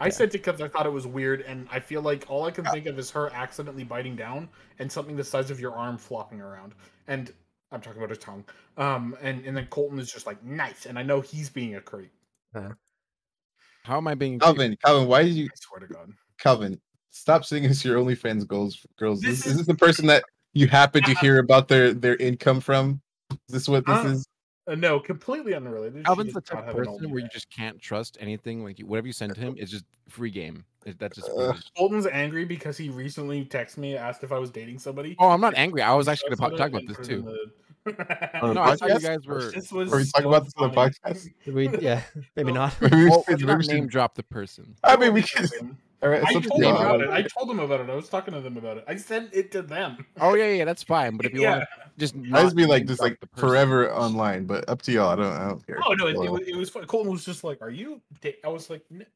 S2: I sent it because I thought it was weird, and I feel like all I can think of is her accidentally biting down and something the size of your arm flopping around. And I'm talking about her tongue. Um, and, and then Colton is just like, nice. And I know he's being a creep.
S3: How am I being?
S4: Calvin, Calvin, why did you,
S2: I swear to God.
S4: Calvin? Stop sending us your OnlyFans goals, girls.
S2: This
S4: This,
S2: is-
S4: is this the person that you happen to hear about their their income from? Is this what this
S2: Huh?
S4: is?
S2: Uh, no, completely unrelated. She
S3: Calvin's the
S2: does
S3: type
S2: not
S3: of
S2: have an
S3: person where you
S2: OnlyFans.
S3: just can't trust anything. Like you- whatever you send to him is just free game. It- That's just.
S4: Ugh.
S2: [LAUGHS]
S3: privilege.
S2: Colton's angry because he recently texted me, asked if I was dating somebody.
S3: oh, I'm not angry. I was
S2: He
S3: actually
S2: shouts
S3: going to
S2: it
S3: talk
S2: and
S3: about
S2: put
S3: this
S2: it in
S3: too.
S2: the- [LAUGHS]
S4: On a
S3: No, I thought you
S4: podcast? [LAUGHS]
S3: guys were.
S2: This was
S4: Are we talking
S2: so
S4: about this on the
S2: funny.
S4: podcast?
S1: Did we? Yeah, [LAUGHS]
S2: [LAUGHS]
S1: maybe not.
S4: Maybe we
S3: Well,
S4: should-
S3: let's
S4: maybe
S3: not
S4: we should-
S3: name drop the person.
S4: I mean, we can. All right,
S2: I
S4: something
S2: told them
S4: about
S2: about
S4: it.
S2: it. I told them about it. I was talking to them about it. I sent it to them.
S3: Oh yeah, yeah, that's fine. But if you want to just,
S4: I
S3: not
S4: just be like
S3: name
S4: just
S3: drop
S4: like
S3: the person.
S4: forever online, but up to y'all. I don't, I don't care.
S2: Oh no, it, it,
S4: Well,
S2: was, it was fun. Colton was just like, "Are you?" da-" I was like, "N-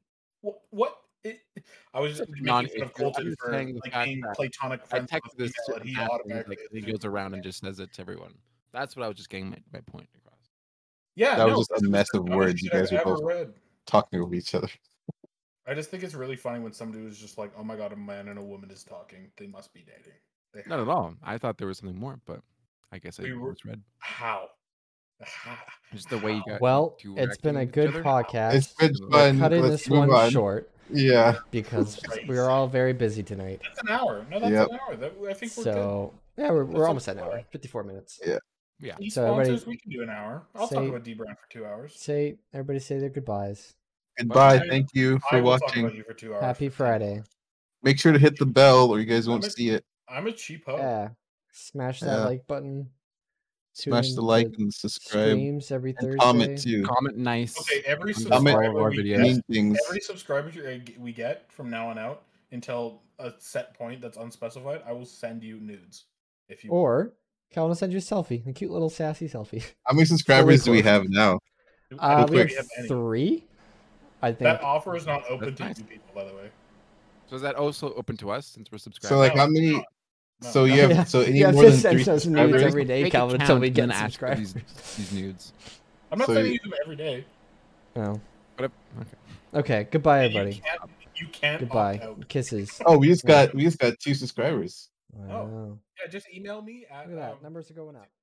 S2: "What? What?" It, I was
S3: Such a
S2: just making fun of
S3: non-issue. I'm
S2: Colton
S3: just
S2: for
S3: saying the
S2: like
S3: fact
S2: being
S3: that
S2: platonic
S3: I
S2: friends. with
S3: texted
S2: a
S3: this
S2: female,
S3: to
S2: and he
S3: Matt, and he's
S2: automatically
S3: like, he
S2: assumed-
S3: goes around and just says it to everyone. That's what I was just getting my, my point across.
S2: Yeah,
S4: That was
S2: no,
S4: just a
S2: this is
S4: mess
S2: the
S4: of
S2: dumbest
S4: words you
S2: shit I've
S4: guys were
S2: ever
S4: both-
S2: read.
S4: talking with each other.
S2: I just think it's really funny when somebody was just like, "Oh my god, a man and a woman is talking. They must be dating." They
S3: Not
S2: have-
S3: at all. I thought there was something more, but I guess I
S2: We were-
S3: misread.
S2: How?
S3: Just the way you
S2: How?
S3: got.
S1: Well,
S3: two
S1: it's been a
S3: reacting to each
S1: good
S3: other.
S1: podcast.
S4: It's been
S3: We're
S1: We're
S4: fun.
S1: cutting
S4: Let's
S1: this
S4: move
S1: one
S4: on.
S1: short
S4: Yeah,
S1: because
S2: Christ.
S1: we are all very busy tonight.
S2: That's an hour. No, that's
S4: Yep.
S2: an hour. That, I think we're good.
S1: So yeah, we're,
S2: That's
S1: we're almost at an
S2: okay.
S1: hour, 54 minutes.
S2: He
S1: so everybody-
S2: sponsors. We can do an hour. I'll talk
S1: say-
S2: about D Brown for two hours.
S1: Say everybody say their goodbyes.
S4: goodbye.
S2: I-
S4: Thank you
S2: I
S4: for
S2: will talk
S4: watching.
S2: about you for two hours.
S1: Happy
S2: for ten
S1: Friday.
S4: Make sure to hit the bell, or you guys won't
S2: Thomas?
S4: see it.
S2: I'm a cheap hoe.
S1: Yeah, smash that
S4: Yeah.
S1: like button. Tune
S4: Smash
S1: in
S4: the like
S1: to
S4: and subscribe
S1: Streams every
S4: and
S1: Thursday.
S2: [LAUGHS]
S4: comment too.
S3: Comment nice.
S2: Okay, every
S3: Just
S4: all of
S2: subscriber
S3: our
S2: we
S3: videos.
S2: get,
S4: Mean things.
S2: every subscriber you- uh, g- we get from now on out until a set point that's unspecified, I will send you nudes. If you
S1: Or Cal will send you a selfie, a cute little sassy selfie.
S4: How many subscribers do we
S1: clothed.
S4: have now?
S2: I
S1: Uh,
S2: don't
S1: we
S2: think
S1: have
S4: quick.
S2: we have any.
S1: three. I think
S2: That offer is not open
S3: That's
S2: to
S3: nice.
S2: new people, by the way.
S3: So is that also open to us since we're subscribed?
S4: So like
S2: No,
S4: how many?
S2: No,
S4: so you
S2: [LAUGHS] no.
S4: have
S1: Yeah.
S4: so any
S1: You have
S4: more
S1: to
S4: than
S1: send
S4: three
S1: us nudes
S4: subscribers?
S1: every day,
S3: Make
S1: Calvin,
S3: a
S1: until we
S3: count
S1: get
S3: and then ask for
S1: subscribers.
S3: These, these nudes.
S2: I'm not
S4: so
S2: sending
S4: you-
S2: you them every day.
S1: Oh.
S3: What a- okay.
S1: Okay. Goodbye,
S2: You
S1: everybody.
S2: can't. You can't
S1: Goodbye.
S2: opt out.
S1: Kisses.
S4: Oh, we just got we just got two subscribers.
S1: Wow.
S2: Yeah, just email me at.
S1: Look at that.
S2: um,
S1: Numbers are going up.